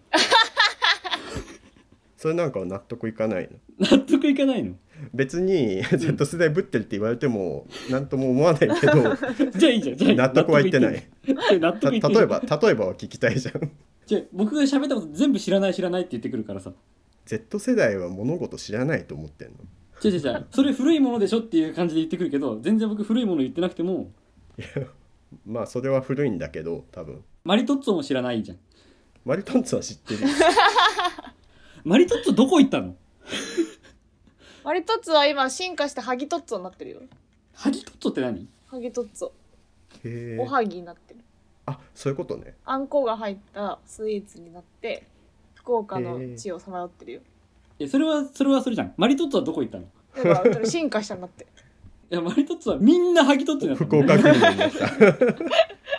[SPEAKER 1] それなんかは納得いかないの
[SPEAKER 2] 納得いかないの
[SPEAKER 1] 別に Z 世代ぶってるって言われても何とも思わないけど
[SPEAKER 2] じゃあいいじゃんじゃあいい
[SPEAKER 1] 納得はいってない
[SPEAKER 2] 納
[SPEAKER 1] た
[SPEAKER 2] 得いってない
[SPEAKER 1] 例えば例えばは聞きたいじゃん
[SPEAKER 2] じゃあ僕が喋ったこと全部知らない知らないって言ってくるからさ
[SPEAKER 1] Z 世代は物事知らないと思ってんの
[SPEAKER 2] 違う違う違うそれ古いものでしょっていう感じで言ってくるけど全然僕古いもの言ってなくても
[SPEAKER 1] まあそれは古いんだけど多分
[SPEAKER 2] マリトッツォも知らないじゃん
[SPEAKER 1] マリトンツォは知ってるよ
[SPEAKER 2] マリトッツォどこ行ったの
[SPEAKER 3] マリトッツォは今進化してハギトッツォになってるよ
[SPEAKER 2] ハギトッツォって何
[SPEAKER 3] ハギトッツォ
[SPEAKER 1] へえ
[SPEAKER 3] おはぎになってる
[SPEAKER 1] あそういうことね
[SPEAKER 3] あんこが入ったスイーツになって福岡の地をさまよってるよ
[SPEAKER 2] えそれはそれはそれじゃんマリトッツォはどこ行ったのい
[SPEAKER 3] だからそれ進化したんだって
[SPEAKER 2] やマリトッツォはみんなハギトッツォになった
[SPEAKER 1] 福
[SPEAKER 2] のね
[SPEAKER 1] 岡県民になった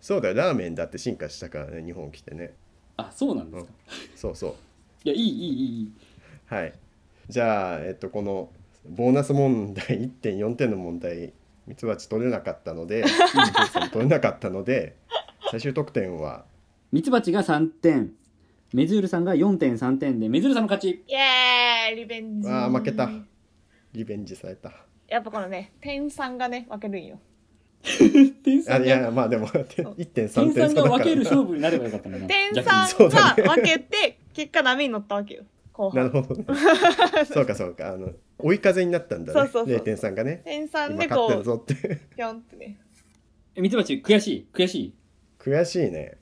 [SPEAKER 1] そうだよラーメンだって進化したからね日本来てね
[SPEAKER 2] あそうなんですか、
[SPEAKER 1] そうそう
[SPEAKER 2] いやいいいいいい
[SPEAKER 1] はいじゃあえっとこのボーナス問題1.4点の問題ミツバチ取れなかったのでミツバチ取れなかったので最終得点は
[SPEAKER 2] ミツバチが3点メズールさんが4.3点でメズールさんの勝ち
[SPEAKER 3] イエーイリベンジ
[SPEAKER 1] あー負けたリベンジされた
[SPEAKER 3] やっぱこのね点さんがね負けるんよ
[SPEAKER 2] 天
[SPEAKER 1] あ
[SPEAKER 2] 才
[SPEAKER 1] いやまあでも1.3点
[SPEAKER 2] 天才
[SPEAKER 1] 差だ
[SPEAKER 2] が
[SPEAKER 1] か
[SPEAKER 2] 分
[SPEAKER 1] ら
[SPEAKER 2] ける勝負になればよかったんだな
[SPEAKER 3] 点
[SPEAKER 2] 逆
[SPEAKER 3] さ
[SPEAKER 2] に
[SPEAKER 3] んが負けて結果波に乗ったわけよ後
[SPEAKER 1] なる
[SPEAKER 3] 半
[SPEAKER 1] ほどねそうかそうかあの追い風になったんだね
[SPEAKER 3] そうそうそう
[SPEAKER 1] 0.3がね
[SPEAKER 3] 点さん
[SPEAKER 1] 今
[SPEAKER 3] で
[SPEAKER 1] 勝ってる
[SPEAKER 3] こう
[SPEAKER 1] ぞって
[SPEAKER 3] ピョンってね
[SPEAKER 2] えミツバチ悔しい悔しい
[SPEAKER 1] 悔しいね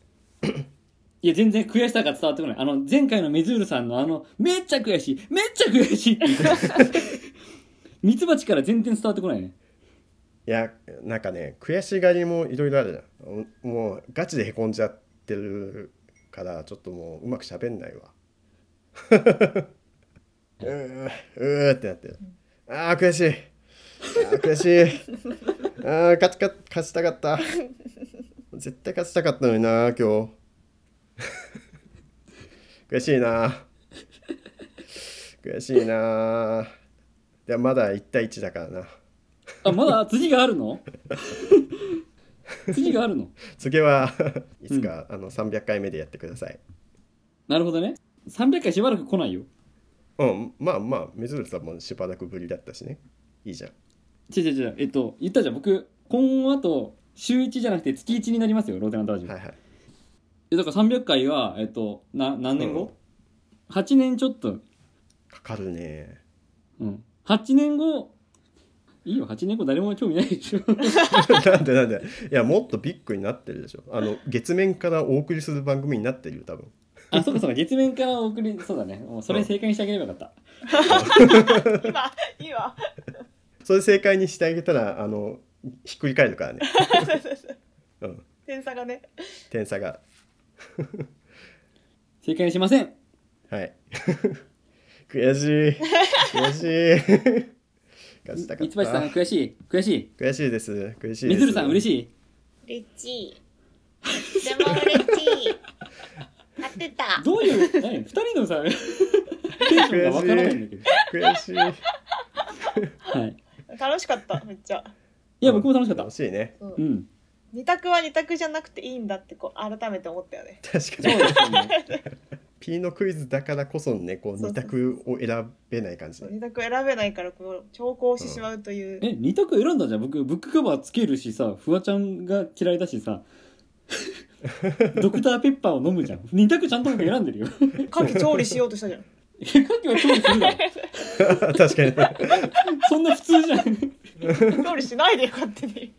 [SPEAKER 2] いや全然悔しさが伝わってこないあの前回のメズールさんのあのめっちゃ悔しいめっちゃ悔 しいって言ってたミツバチから全然伝わってこないね
[SPEAKER 1] いやなんかね悔しがりもいろいろあるじゃんもうガチでへこんじゃってるからちょっともううまくしゃべんないわうーうーってなってるあー悔しいあー悔しいあー勝ちか勝ちたかった絶対勝ちたかったのにな今日 悔しいな悔しいなでもまだ1対1だからな
[SPEAKER 2] あまだ次があるの 次があるの
[SPEAKER 1] 次はいつか、あの300回目でやってください。
[SPEAKER 2] なるほどね300回しばらく来ないよ
[SPEAKER 1] うん、まあまあ、水野さんもしばらくぶりだったしね。いいじゃん。
[SPEAKER 2] 違う違う違うえっと言ったじゃん僕今後週1じゃなくて月1になりますよローテナントラジオ、
[SPEAKER 1] はいはい。
[SPEAKER 2] えだから300回はえっとな何年後、?8 年ちょっと
[SPEAKER 1] かかるね。
[SPEAKER 2] うん8年後いいよ8年後誰も興味ない でしょ
[SPEAKER 1] なんでなんで。いや、もっとビッグになってるでしょ。あの、月面からお送りする番組になってるよ、多分。
[SPEAKER 2] あそうかそうか月面からお送りそうだねもうそれ正解にしてあげればよかった、
[SPEAKER 3] 今今
[SPEAKER 1] それ正解にしてあげたら、あの、ひっくり返る からね。うん、
[SPEAKER 3] 点差がね
[SPEAKER 1] 点差が。
[SPEAKER 2] 正解にしません
[SPEAKER 1] はい。 悔しい。悔しい。勝ちたか
[SPEAKER 2] 三
[SPEAKER 1] っ
[SPEAKER 2] 橋さん
[SPEAKER 1] た。
[SPEAKER 2] 悔しい悔しい
[SPEAKER 1] 悔しいです。悔しいです。
[SPEAKER 2] みずるさん嬉しい
[SPEAKER 5] 嬉しい。 でも嬉しい。当てた。
[SPEAKER 2] どういう何2人のさテンションがわからないんだけど
[SPEAKER 1] 悔しい。
[SPEAKER 2] はい
[SPEAKER 3] 楽しかっためっちゃ
[SPEAKER 2] いや僕も楽しかった
[SPEAKER 1] 楽しいね。
[SPEAKER 2] うん
[SPEAKER 3] 二択は二択じゃなくていいんだってこう改めて思ったよね
[SPEAKER 1] 確か
[SPEAKER 2] そう
[SPEAKER 1] に。
[SPEAKER 2] ですよね
[SPEAKER 1] ピーのクイズだからこそね、こう
[SPEAKER 3] そうそう
[SPEAKER 1] 二択を選べない感じ
[SPEAKER 3] そう。二択選べないからこう調校してしまうという、
[SPEAKER 2] え二択選んだじゃん僕ブックカバーつけるしさフワちゃんが嫌いだしさドクターペッパーを飲むじゃん二択ちゃんと僕選んでるよ
[SPEAKER 3] 牡蠣調理しようとし たじゃん。
[SPEAKER 2] 牡蠣は調理するだろ
[SPEAKER 1] 確かにね
[SPEAKER 2] そんな普通じゃん
[SPEAKER 3] 調理しないでよ勝手に。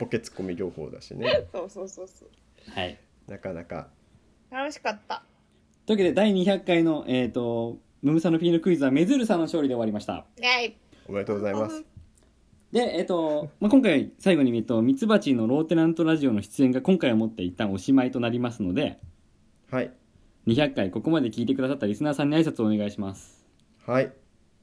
[SPEAKER 1] ボケツッコミ両方だしね
[SPEAKER 3] そうそうそうそう。
[SPEAKER 2] はい
[SPEAKER 1] なかなか
[SPEAKER 3] 楽しかった。
[SPEAKER 2] というわけで第200回のえっ、とムムサノピーのクイズはメズールさんの勝利で終わりました
[SPEAKER 5] はい。
[SPEAKER 1] おめでとうございます
[SPEAKER 2] で、えっとまあ、今回最後に、えっと、ミツバチのローテナントラジオの出演が今回をもって一旦おしまいとなりますので
[SPEAKER 1] はい
[SPEAKER 2] 200回ここまで聞いてくださったリスナーさんに挨拶をお願いします
[SPEAKER 1] はいそ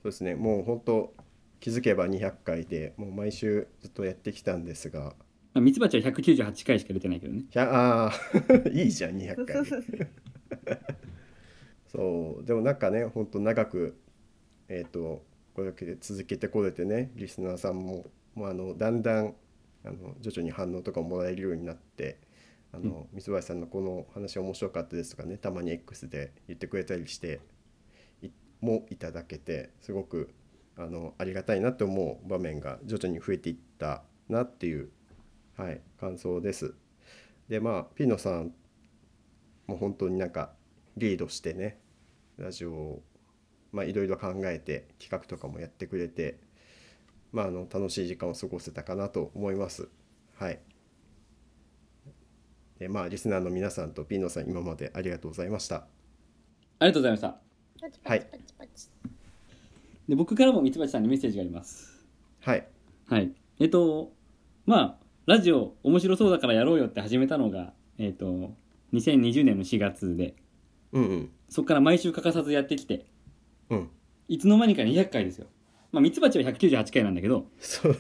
[SPEAKER 1] うですねもう本当気づけば200回でもう毎週ずっとやってきたんですが
[SPEAKER 2] まあミツバチは198回しか出てないけどね
[SPEAKER 1] ひゃあー いいじゃん200回そうでもなんかねほんと長くえっ、とこれだけで続けてこれてねリスナーさんももうあのだんだんあの徐々に反応とかもらえるようになってあの、三林さんのこの話面白かったですとかねたまに X で言ってくれたりしていもいただけてすごくあのありがたいなって思う場面が徐々に増えていったなっていう、はい、感想です。でまあピノさんもう本当になんかリードしてねラジオをまあいろいろ考えて企画とかもやってくれてまああの楽しい時間を過ごせたかなと思いますはいでまあリスナーの皆さんとピーノさん今までありがとうございました
[SPEAKER 2] ありがとうございました
[SPEAKER 5] パチパチパチパチ。
[SPEAKER 2] で僕からもミツバチさんにメッセージがあります
[SPEAKER 1] はい
[SPEAKER 2] はいえっとまあラジオ面白そうだからやろうよって始めたのがえっと2020年の4月で
[SPEAKER 1] うんうん
[SPEAKER 2] そこから毎週欠かさずやってきて
[SPEAKER 1] うん
[SPEAKER 2] いつの間にか200回ですよまあミツバチは198回なんだけど
[SPEAKER 1] そう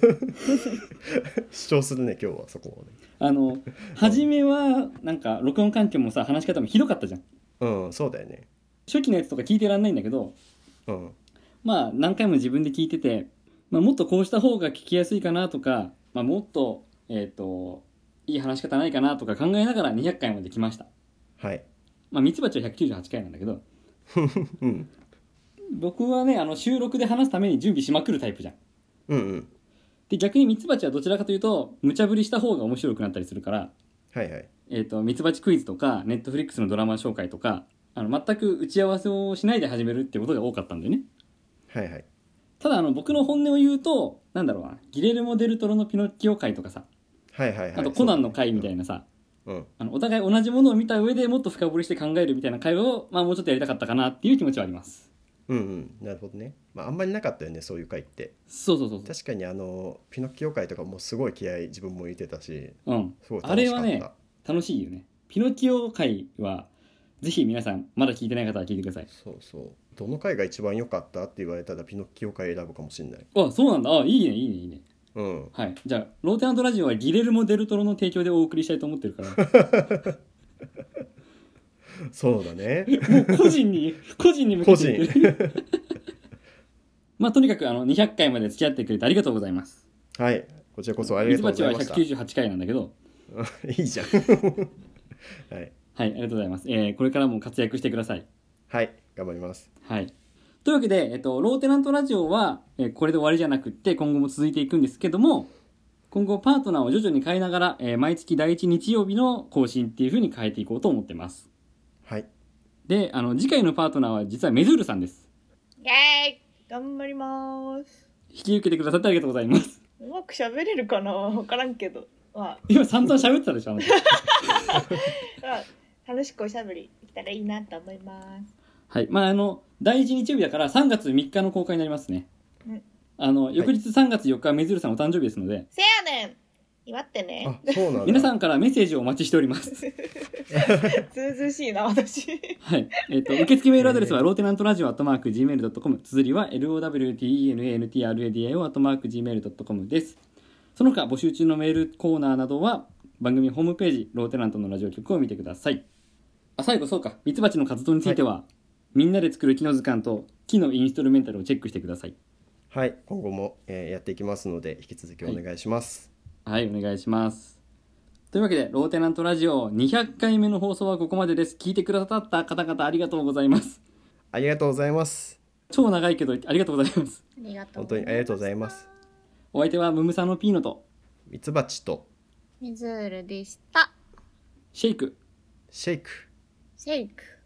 [SPEAKER 1] 主張するね今日はそこをね
[SPEAKER 2] あの初めはなんか録音環境もさ話し方もひどかったじゃん
[SPEAKER 1] うんそうだよね
[SPEAKER 2] 初期のやつとか聞いてらんないんだけど
[SPEAKER 1] うん
[SPEAKER 2] まあ何回も自分で聞いてて、まあ、もっとこうした方が聞きやすいかなとか、まあ、もっとえっ、といい話し方ないかなとか考えながら200回まで来ました
[SPEAKER 1] はい
[SPEAKER 2] まあミツバチは198回なんだけど
[SPEAKER 1] うん
[SPEAKER 2] 僕はねあの収録で話すために準備しまくるタイプじゃん
[SPEAKER 1] うんうん
[SPEAKER 2] で逆にミツバチはどちらかというと無茶ぶりした方が面白くなったりするから
[SPEAKER 1] はいはい
[SPEAKER 2] えー、とミツバチクイズとかネットフリックスのドラマ紹介とかあの全く打ち合わせをしないで始めるってことが多かったんだよね
[SPEAKER 1] はいはい
[SPEAKER 2] ただあの僕の本音を言うとなんだろうなギレルモ・デルトロのピノッキオ会とかさ
[SPEAKER 1] はいはいはい
[SPEAKER 2] あとコナンの会みたい
[SPEAKER 1] な
[SPEAKER 2] なさ、
[SPEAKER 1] うん
[SPEAKER 2] あのお互い同じものを見た上でもっと深掘りして考えるみたいな会話を、まあ、もうちょっとやりたかったかなっていう気持ちはあります
[SPEAKER 1] うんうんなるほどねまああんまりなかったよねそういう回って
[SPEAKER 2] そうそうそうそ
[SPEAKER 1] 確かにあのピノッキオ会とかもすごい気合い自分も入れてたし
[SPEAKER 2] ううん
[SPEAKER 1] すごい
[SPEAKER 2] あ
[SPEAKER 1] 楽
[SPEAKER 2] れ
[SPEAKER 1] しか
[SPEAKER 2] は
[SPEAKER 1] った、
[SPEAKER 2] ね楽しいよねピノッキオ会はぜひ皆さんまだ聞いてない方は聞いてください
[SPEAKER 1] そうそうどの回が一番良かったって言われたらピノッキオ会選ぶかもしれない
[SPEAKER 2] あそうなんだあいいねいいねいいね
[SPEAKER 1] うん
[SPEAKER 2] はい、じゃあローテナントラジオはギレルモ・デルトロの提供でお送りしたいと思って るから
[SPEAKER 1] そうだね
[SPEAKER 2] もう個人に個人に向けて言ってる まあとにかくあの200回まで付き合ってくれてありがとうございます
[SPEAKER 1] はいこちらこそあり
[SPEAKER 2] ミ
[SPEAKER 1] が
[SPEAKER 2] ツ
[SPEAKER 1] とうござ
[SPEAKER 2] バチはい
[SPEAKER 1] ましたい
[SPEAKER 2] 198回なんだけど
[SPEAKER 1] いじゃんはい、
[SPEAKER 2] はいありがとうございます、えーこれからも活躍してください
[SPEAKER 1] はい、頑張ります
[SPEAKER 2] はいというわけで、えっと、ローテナントラジオは、えーこれで終わりじゃなくって今後も続いていくんですけども今後パートナーを徐々に変えながら、えー毎月第1日曜日の更新っていう風に変えていこうと思ってます
[SPEAKER 1] はい
[SPEAKER 2] であの次回のパートナーは実はメズールさんです
[SPEAKER 5] イェーイ。
[SPEAKER 3] 頑張ります。
[SPEAKER 2] 引き受けてくださってありがとうございます。
[SPEAKER 3] うまく喋れるかなわからんけど。まあ、
[SPEAKER 2] 今散々喋ってたでしょ、あなた
[SPEAKER 3] まあ楽しくおしゃべりできたらいいなと思います。
[SPEAKER 2] はい。まあ、あの、第一日曜日だから3月3日の公開になりますね
[SPEAKER 3] うん。
[SPEAKER 2] あの、翌日3月4日はめずるさんお誕生日ですので、
[SPEAKER 5] せやねん。
[SPEAKER 3] 祝ってね。
[SPEAKER 1] あそうなんだ
[SPEAKER 2] 皆さんからメッセージをお待ちしております。
[SPEAKER 3] ずうずうしいな、私。
[SPEAKER 2] はい。えっ、と、受付メールアドレスは、ローテナントラジオアットマーク Gmail.com、綴りは LOWTENANTRADIO アットマーク Gmail.com です。その他、募集中のメールコーナーなどは、番組ホームページ、ローテナントのラジオ局を見てください。あ、最後、そうか。ミツバチの活動については、みんなで作る木の図鑑と木のインストルメンタルをチェックしてください。
[SPEAKER 1] はい今後も、えーやっていきますので引き続きお願いします、
[SPEAKER 2] はい、お願いします。というわけで、ローテナントラジオ200回目の放送はここまでです。聞いてくださった方々ありがとうございます。
[SPEAKER 1] ありがとうございます
[SPEAKER 2] 超長いけど、ありがとうございます。
[SPEAKER 5] ありがとう。
[SPEAKER 1] 本当にありがとうございます
[SPEAKER 2] お相手はムムサノピーノと
[SPEAKER 1] ミツバチとミズールでした。
[SPEAKER 3] シェイク
[SPEAKER 2] シェイク
[SPEAKER 1] シェイク。